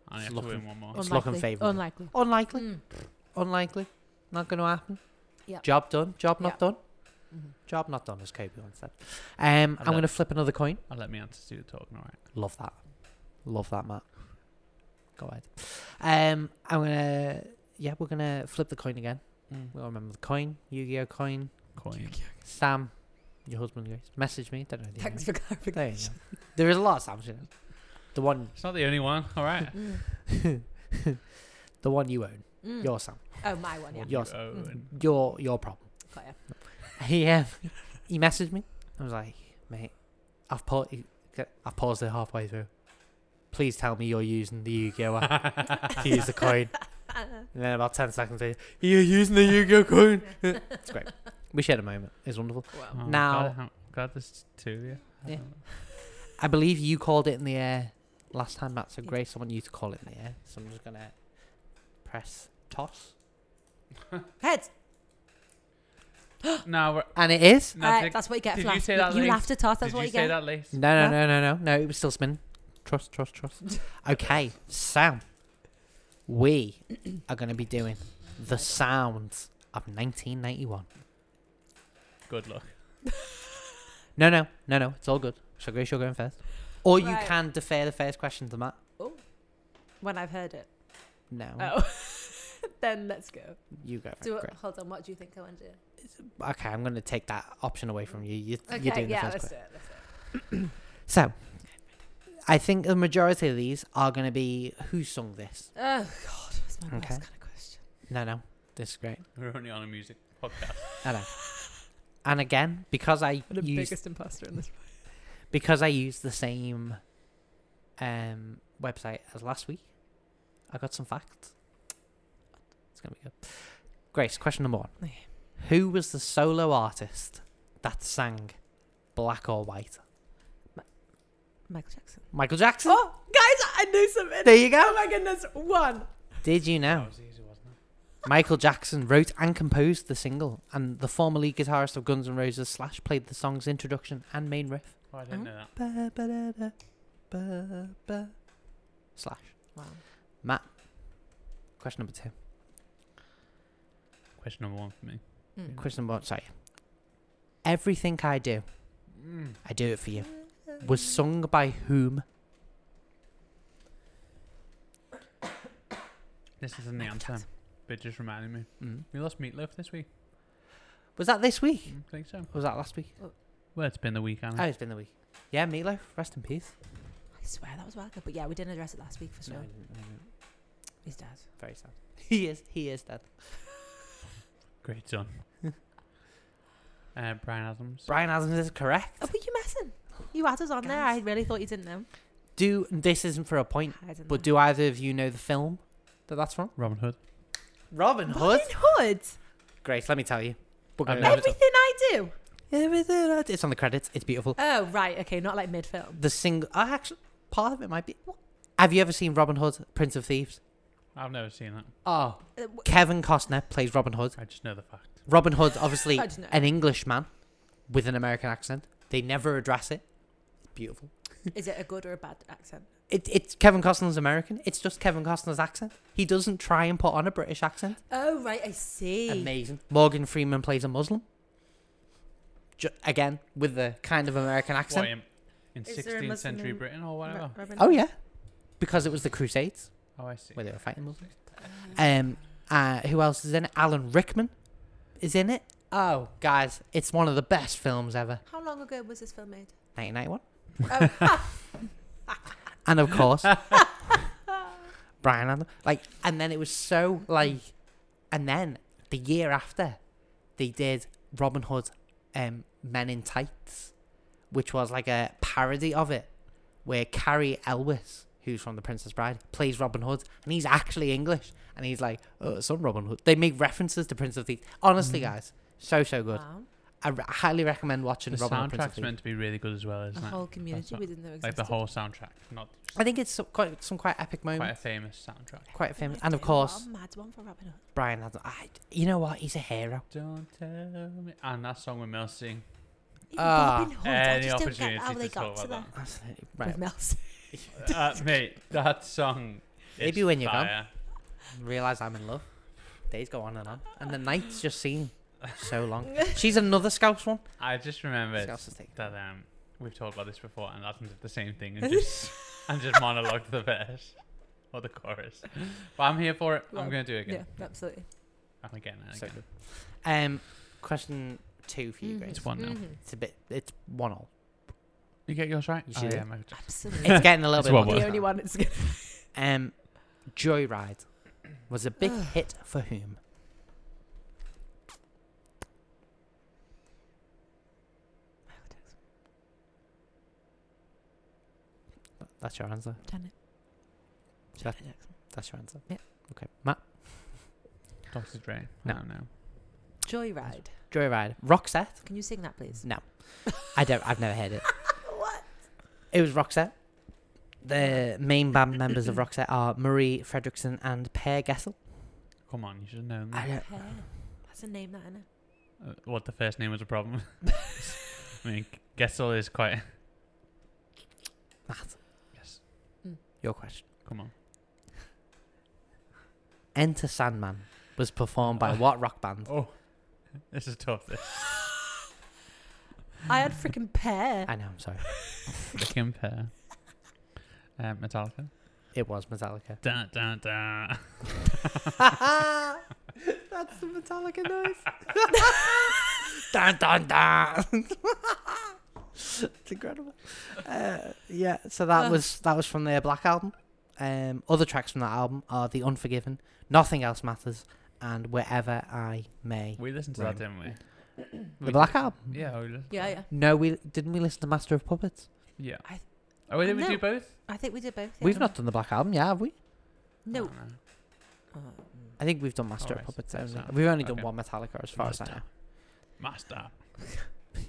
I only
It's
have to win
looking-
one more.
It's looking
Unlikely.
favourable.
Unlikely.
unlikely.
Mm.
Unlikely. Not going to happen.
Yep.
Job done. Job not
Yep.
done.
Mhm.
Job not done, as Kobe once said. Um, I'm
done.
going to flip another coin.
I'll let me answer to the talking. All right.
Love that. Love that, Matt. Go ahead. Um, I'm gonna. Yeah, we're gonna flip the coin again. We'll remember the coin, Yu-Gi-Oh coin.
Coin.
Sam, your husband goes. Message me. Don't know. the
Thanks
email.
for
There you
clarification.
go. There is a lot of Sam's. You know. The one,
It's not the only one. All right.
Mm.
the one you own.
Mm.
Your Sam.
Oh, my one, yeah.
What
Mm-hmm.
Your
you owe and-
Your your problem.
Got ya.
He um, he messaged me. I was like, mate, I've paused. I've paused it halfway through. Please tell me you're using the Yu-Gi-Oh app to use the coin. And then about 10 seconds later, you're using the Yu-Gi-Oh coin. it's great. We shared a moment. It was wonderful.
Oh, I'm
Wow.
glad
Now-
I ha- glad there's two of you. I
Yeah.
don't know.
I believe you called it in the air Last time that's a
Yeah.
grace, I want you to call it in the air. So I'm just gonna press toss.
Heads.
Now, we're,
And it is?
now
Uh,
did,
that's what you get
did
for
you
laugh.
say that
you
late?
laughed at us. That's
did
what
you
you,
say
get.
that late?
No,
Huh?
no, no, no, no. No, it was still spinning. Trust, trust, trust. okay, so we are going to be doing the sounds of 1991.
Good luck.
No, no, no, no. It's all good. So Grace, you're going first. Or you
Right.
can defer the first question to Matt.
When I've heard it.
No,
Oh. then let's go.
you go.
Do
first,
it.
Grace.
Hold on. What do you think I want to do?
Okay, I'm going to take that option away from you. you you're
Okay.
doing
Yeah.
the first question.
Let's do it. Let's do it.
So, I think the majority of these are going to be who sung this.
Oh God, that's my
Okay.
worst kind of question.
No, no. This is great.
We're only on a music podcast.
I know. And again, because I
I'm the
used
biggest imposter in this.
because I used the same um, website as last week, I got some facts. It's gonna be good. Grace, question number one:
Okay.
Who was the solo artist that sang "Black or White"?
Michael Jackson.
Michael Jackson.
Oh, guys, I knew something.
There you go.
Oh my goodness, one.
Did you know
That was easy, wasn't it?
Michael Jackson wrote and composed the single, and the former lead guitarist of Guns N' Roses Slash played the song's introduction and main riff.
Oh, I didn't
Oh.
know that.
Ba, ba, da, da, ba, ba. Slash.
Wow.
Question number two.
Question number one for me.
Hmm.
Question number one. Sorry. Everything I do, I do it for you. Was sung by whom?
This isn't the
Michael
answer, but it just reminded me.
Mm.
We lost Meatloaf this week.
Was that this week?
Mm, I think so.
Or was that last week?
Well, it's been the week,
Oh,
Anna.
it's been the week. Yeah, Meatloaf. Rest in peace.
I swear that was well good, but yeah, we didn't address it last week for sure.
No, no, no, no.
His dad.
Very sad. He is. He is dead.
Great done. uh, Brian Adams.
Brian Adams is correct.
Oh, were you messing? You had us on there. I
Guys.
really thought you didn't know.
Do this isn't for a point,
I didn't
but
know.
do either of you know the film that that's from?
Robin Hood.
Robin Hood.
Robin Hood.
Grace, let me tell you. We're
I've
gonna
never-
know
Everything I do.
Everything I do- It's on the credits. It's beautiful.
Oh right, okay, not like mid film.
The single. I actually part of it might be. Have you ever seen Robin Hood, Prince of Thieves?
I've never seen that.
Oh,
Uh, w-
Kevin Costner plays Robin Hood.
I just know the fact.
Robin Hood, obviously,
I don't know.
an Englishman with an American accent. They never address it. It's beautiful.
Is it a good or a bad accent?
It, it's Kevin Costner's American. It's just Kevin Costner's accent. He doesn't try and put on a British accent.
Oh right, I see.
Amazing. Morgan Freeman plays a Muslim. Ju- again, with the kind of American
Why,
accent.
in, in
Is there a
16th century
Muslim-
Britain or whatever.
Robin
Oh,
Hood.
yeah. Because it was the Crusades
Oh, I see.
where they were fighting Muslims. Um, uh, who else is in it? Alan Rickman is in it. Oh, guys, it's one of the best films ever.
How long ago was this film made?
1991.
Oh,
and of course Brian Adams. Like, and then it was so like, and then the year after, they did Robin Hood, um, Men in Tights, which was like a parody of it, where Carrie Elwes, who's from The Princess Bride, plays Robin Hood, and he's actually English, and he's like, oh, some Robin Hood. They make references to Prince of Thieves.
Mm.
Honestly, guys, so so good.
wow.
I r- highly recommend watching
The
Robin Hood. Prince of
soundtrack's
Thieves.
meant to be really good as well,
A
isn't it?
whole community
what-
we didn't know existed.
Like the whole soundtrack, not just
I think it's some quite some quite epic
quite a
moments,
famous soundtrack.
quite,
Oh my
famous, and of
dear, what a
course.
mad one for Robin Hood.
Brian Adams. I, you know what? He's a hero.
Don't tell me. And that song with Mel C.
Even
Ah.
Robin Hood. I
Any
just don't
opportunity
get how they
to
got
talk
to that.
about
Absolutely.
With
Right.
Mel C.
that. uh, mate, that song.
Maybe
is
when you're gone.
fire.
Realize I'm in love. Days go on and on, and the nights just seem so long. She's another Scouse one.
I just remembered
Scouse is taken.
that um, we've talked about this before, and Adam did the same thing and just and just monologued the verse or the chorus. But I'm here for it.
Well,
I'm going to do it
Yeah,
again.
absolutely.
I'm again and
So
again.
good. Um, question two for you,
Mhm.
Grace.
It's one now.
It's a bit. It's one all.
You get yours right.
You
Oh,
see
yeah,
that?
Michael Jackson.
Absolutely.
It's getting a little
It's
bit.
one
much
more.
the
now.
only one. It's good.
Um, Joyride was a big hit for whom? That's your answer. That- That's your answer.
Yep.
Okay. Matt.
Dr. Dre.
No.
No, no.
Joyride.
Joyride. Roxette.
Can you sing that, please?
No, I don't. I've never heard it.
What?
It was Roxette. the main band members of Roxette are Marie Fredrickson and Per Gessel.
Come on, you should have known. that.
I don't,
Pear. That's a name that I know.
Uh, What the first name was a problem. I mean, Gessel is quite.
Matt,
Yes,
your question.
come on.
Enter Sandman was performed by what rock band?
Oh, this is tough. This
I had freaking pear.
I know, I'm sorry.
Kim Pear, uh, Metallica.
It was Metallica.
Da da da.
That's the Metallica noise. dun dun dun. it's incredible. Uh, yeah, so that
Ah.
was that was from their Black album. Um, other tracks from that album are "The Unforgiven," "Nothing Else Matters," and "Wherever I May."
We listened to
Right.
that, didn't we?
the Black album.
Yeah. We listened.
Yeah, yeah.
No, we didn't. We listen to Master of Puppets.
Yeah.
I-
oh, wait, did we
No.
do both?
I think we did both. yeah.
We've not done the Black album, yeah, have we?
I
No. Oh, mm.
don't know.
Oh. I think we've done Master
Alright,
of Puppets.
that's
only.
not-
We've only done
okay.
one Metallica, as far as I
Master.
know.
Master.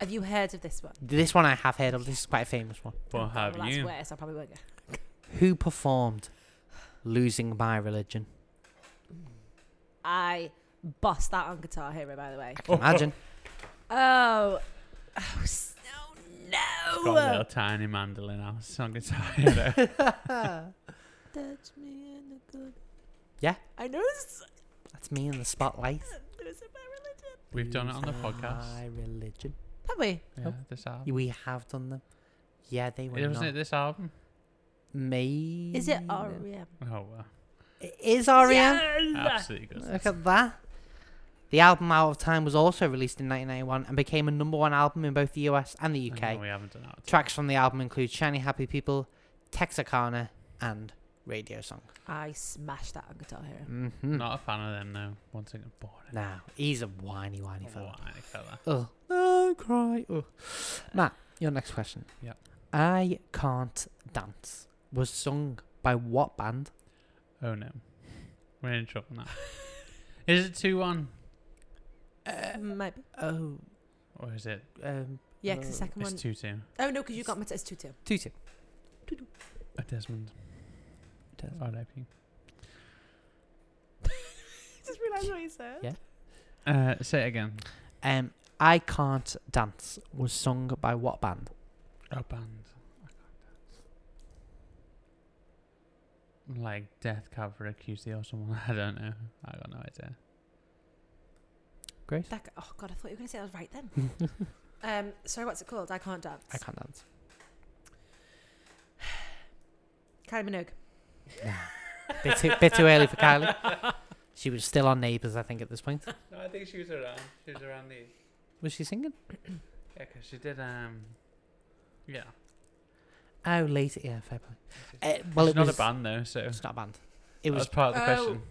Have you heard of this one?
This one I have heard of. This is quite a famous one.
But
Oh,
have
well,
you?
That's worse. I probably won't go.
Who performed Losing My Religion?
I bossed that on Guitar Hero, by the way.
I can imagine.
Oh, oh s- oh,
Got a little
no!
tiny mandolin house on guitar. you know.
Touch me in the good.
Yeah.
I know this.
That's me in the spotlight.
There's about religion.
We've done it on the
Losing My
podcast.
religion.
Have we?
Yeah,
Nope.
this album.
We have done them. Yeah, they were
It-
not.
wasn't it this album?
Me.
Is it E REM?
Oh, wow.
It is REM.
Yes!
Absolutely good.
Look at that. The album Out of Time was also released in 1991 and became a number one album in both the US and the UK.
No, we haven't done that.
Tracks from the album include Shiny Happy People, Texarkana, and Radio Song.
I smashed that on Guitar Hero.
Mm-hmm.
Not a fan of them, though. Once again, boring.
Now, he's a whiny, whiny
Oh,
fella.
I fella.
Ugh. No, cry. Ugh. Matt, your next question.
Yeah.
I Can't Dance was sung by what band?
Oh, no. We're in trouble now. is it 2 1?
Mm, Might be.
Oh,
Or is it?
um,
Yeah, 'cause
uh,
the second
It's
one.
2 2.
Oh no, because you got my it's two two.
Tutu.
A Desmond.
Desmond.
RIP.
just realised what you said.
Yeah.
Uh, say it again.
Um, I Can't Dance was sung by what band?
A band. Like Death Cab for a QC or someone. I don't know. I got no idea.
Grace?
That, g- oh god, I thought you were going to say I was right then. um, sorry, what's it called? I can't dance.
I Can't Dance.
Kylie Minogue.
bit, too, bit too early for Kylie. She was still on Neighbours, I think, at this point.
No, I think she was around. She was around the.
Was she singing?
Yeah, 'cause she did. Um, yeah.
Oh, later. Yeah, fair point. Uh, well,
it's
it
not
was,
a band though, so
It's not a band.
it
It
was
was
part of the
Oh.
question.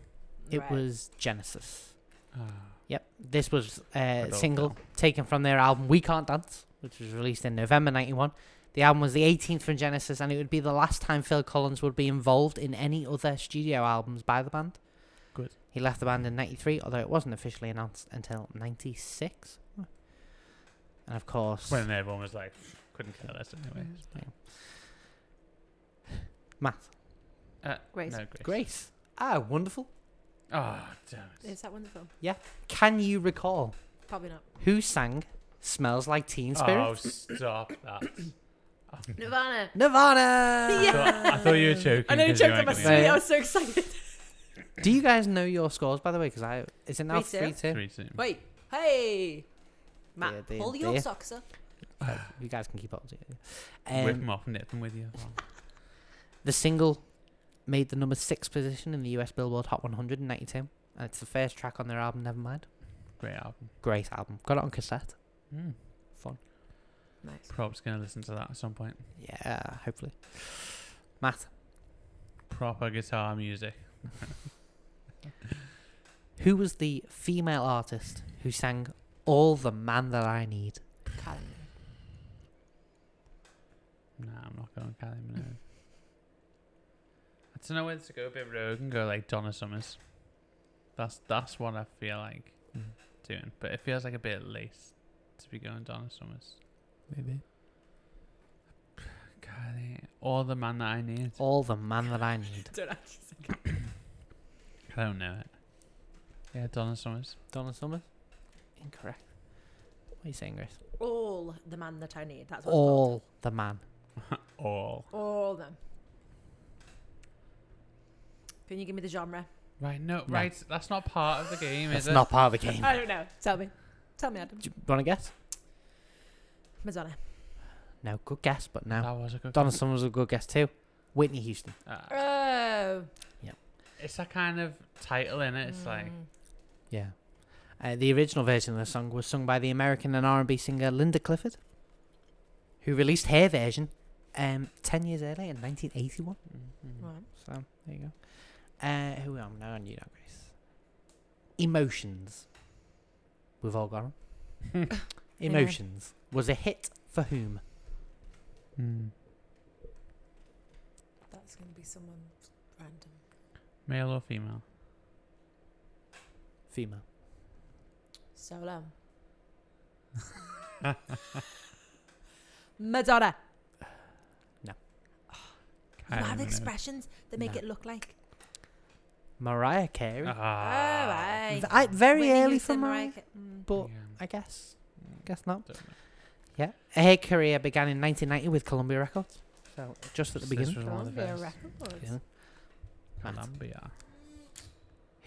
It
Right.
was Genesis.
Ah,
Yep. This was a
don't
single
know.
taken from their album We Can't Dance, which was released in November 91. The album was the 18th from Genesis, and it would be the last time Phil Collins would be involved in any other studio albums by the band.
Good.
He left the band in 93, although it wasn't officially announced until 96. And of course,
When everyone was like, couldn't care less anyway.
Matt.
Uh,
Grace.
No, Grace.
Grace. Ah, wonderful.
Oh, damn. it.
Is that wonderful?
Can you recall
Probably not.
who sang Smells Like Teen Spirit?
Oh, stop that. Oh, no.
Nirvana.
Nirvana!
I, thought, I thought you were joking.
I know you
'cause
choked on
weren't
my
gonna get
sleep.
sweet. I was so excited.
Do you guys know your scores, by the way? Because I is it now
Three-two?
three
it.
two.
Three, two.
Wait. Hey. Matt,
Dear, dear,
pull your
dear.
socks up.
You guys can keep up.
Whip
Um,
them off and nip them with you. Oh,
the single made the number six position in the U.S. Billboard Hot 100 in '92, and it's the first track on their album Nevermind.
Great album.
Great album. Got it on cassette.
Mm.
Fun.
Nice.
Props gonna listen to that at some point.
Yeah, hopefully. Matt,
Proper guitar music.
who was the female artist who sang "All the Man That I Need"?
Kylie
Nah, I'm not going Kylie Minogue. I don't know whether to go a bit rogue and go like Donna Summers. That's that's what I feel like
Mm.
doing, but it feels like a bit late to be going Donna Summers.
Maybe.
Daddy, all the man that I need.
All the man that I need.
Don't actually sing.
I don't know it. Yeah, Donna Summers.
Donna Summers? Incorrect. What are you saying, Grace?
All the man that I need. That's what
All the man.
All.
It's called. All them. Can you give me the genre?
Right, no,
No.
right. That's not part of the game,
That's
is
not part of the game.
I don't know. Tell me. Tell me, Adam.
Do you want to guess?
Madonna.
No, good guess, but
it?
no.
That was a good
Donna Summers was a good guess too. Whitney Houston.
Uh,
Oh.
it's that kind of title in it. It's like
Mm.
Yeah. Uh, the original version of the song was sung by the American and R&B singer Linda Clifford, who released her version um, 10 years earlier in 1981.
Right.
So, there you go. Uh, who am I? No, you know, Grace. Emotions. We've all got 'em. Emotions was a hit for whom?
Mm.
That's going to be someone random.
male or female.
Female.
Solo.
Madonna.
I
You have
don't know.
expressions that make
No.
it look like.
Mariah Carey.
oh,
Ah.
right.
V- I- very
Whitney
early for
Houston,
Mariah.
Ca- mm.
But
Yeah.
I guess, guess not.
Don't know.
Yeah. Her career began in 1990 with Columbia Records. So just at
So
the
this was
beginning.
one of the
Columbia
best.
Records.
Yeah. Matt.
Columbia.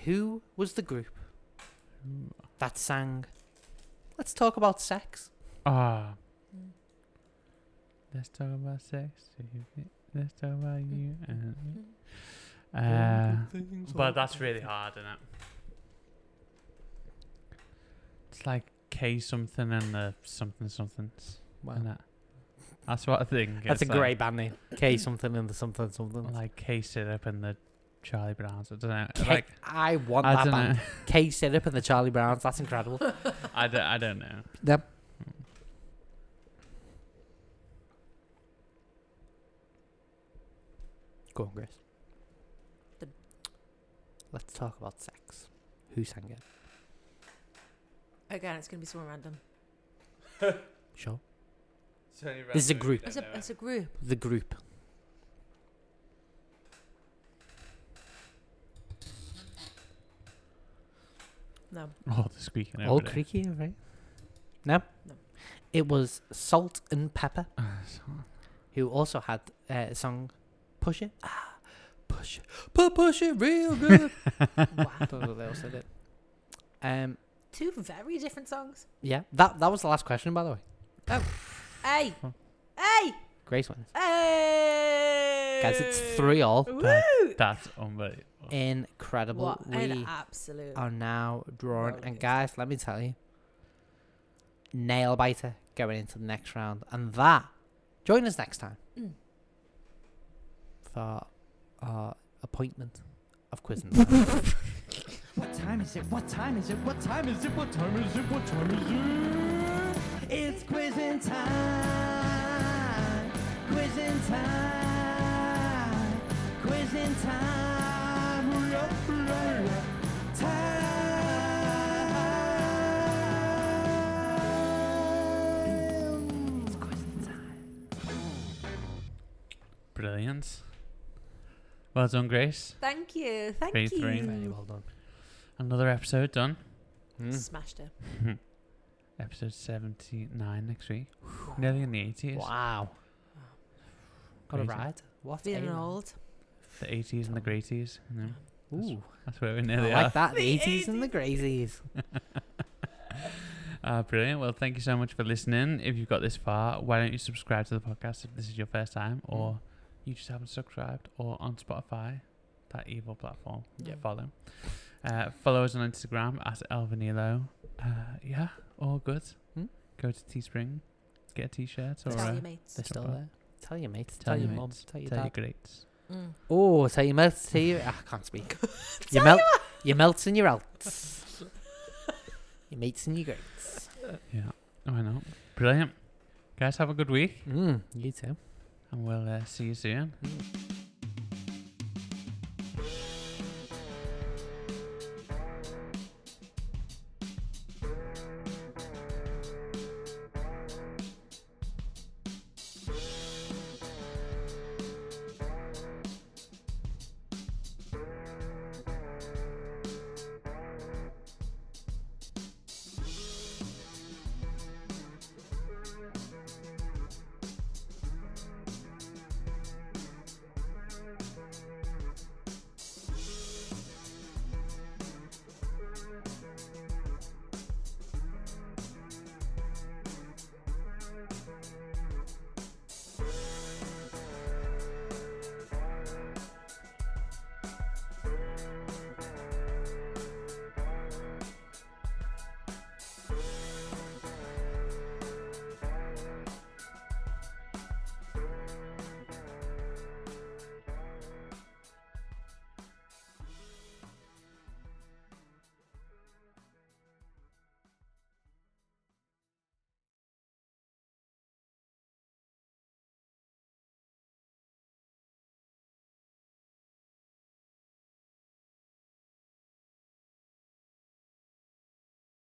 Who was the group that sang Let's Talk About Sex?
Ah.
Mm.
Let's talk about sex. Let's talk about you and me. Uh, But that's really hard, isn't it? It's like K something and the something somethings.
Wow.
Isn't it? That's what I think.
That's a
it's like-
great band name. K something and the something something.
Like K syrup and the Charlie Browns. I don't know.
K-
like
I want
I
that
don't
band.
know.
K Syrup and the Charlie Browns. That's incredible.
I don't. I don't know.
Yep. Go on, Grace.
The-
Let's talk about sex. Who sang it?
Again, it's going to be someone random.
Sure. This is a group.
As a, as a group.
The group.
No.
Oh, the squeaking.
All
over there.
creaky, right? No?
No.
It was Salt and Pepper,
Ah,
Oh,
so-
who also had uh, a song, Push It. Ah, push it. Pu- push it real good.
wow.
I don't know what they also did. Um,
Two very different songs.
yeah, that, that was the last question, by the way.
Hey. Hey.
Grace wins.
Hey.
Guys, it's three all.
Woo.
That's unbelievable.
Incredible.
What
we
an absolute.
are now drawing.
Well,
And
it's-
guys, let me tell you, nail biter going into the next round. And that, join us next time
Mm.
for our appointment of quiz and Slam.
What time is it? What time is it? What time is it? What time is it? What time is it? It's quizzing time. Quizzing time. Quizzing time. La, la, la. Time. It's quizzing time.
Brilliant. Well done, Grace.
Thank you. Thank
Three,
you.
three.
Very well done.
Another episode done.
Smashed it.
episode 79 next week. Nearly in the 80s.
Wow. Got a
Crazy.
ride. What? a
Feeling
ride.
old.
The 80s and the greaties. You know,
Ooh,
that's where we
I
nearly
like
are.
that. The eighties and the crazies.
Uh, brilliant. Well, thank you so much for listening. If you've got this far, why don't you subscribe to the podcast if this is your first time
Mm.
or you just haven't subscribed or on Spotify, that evil platform.
Yeah.
Follow. Uh, follow us on Instagram at Elvanilo. Uh, yeah, all good.
Hmm?
Go to Teespring, get a t shirt or
Tell
uh,
your mates.
They're still
Proper.
there. Tell your mates.
Tell
Tell,
your
your mum.
mates,
Tell your
tell your
dad.
greats.
Mm.
Oh, tell your mates. Tell your. I can't speak. your melt. Your melts and your outs. your mates and your greats.
Yeah, why not? Brilliant. Guys, have a good week
Mm, you too.
and we'll uh, see you soon.
Mm.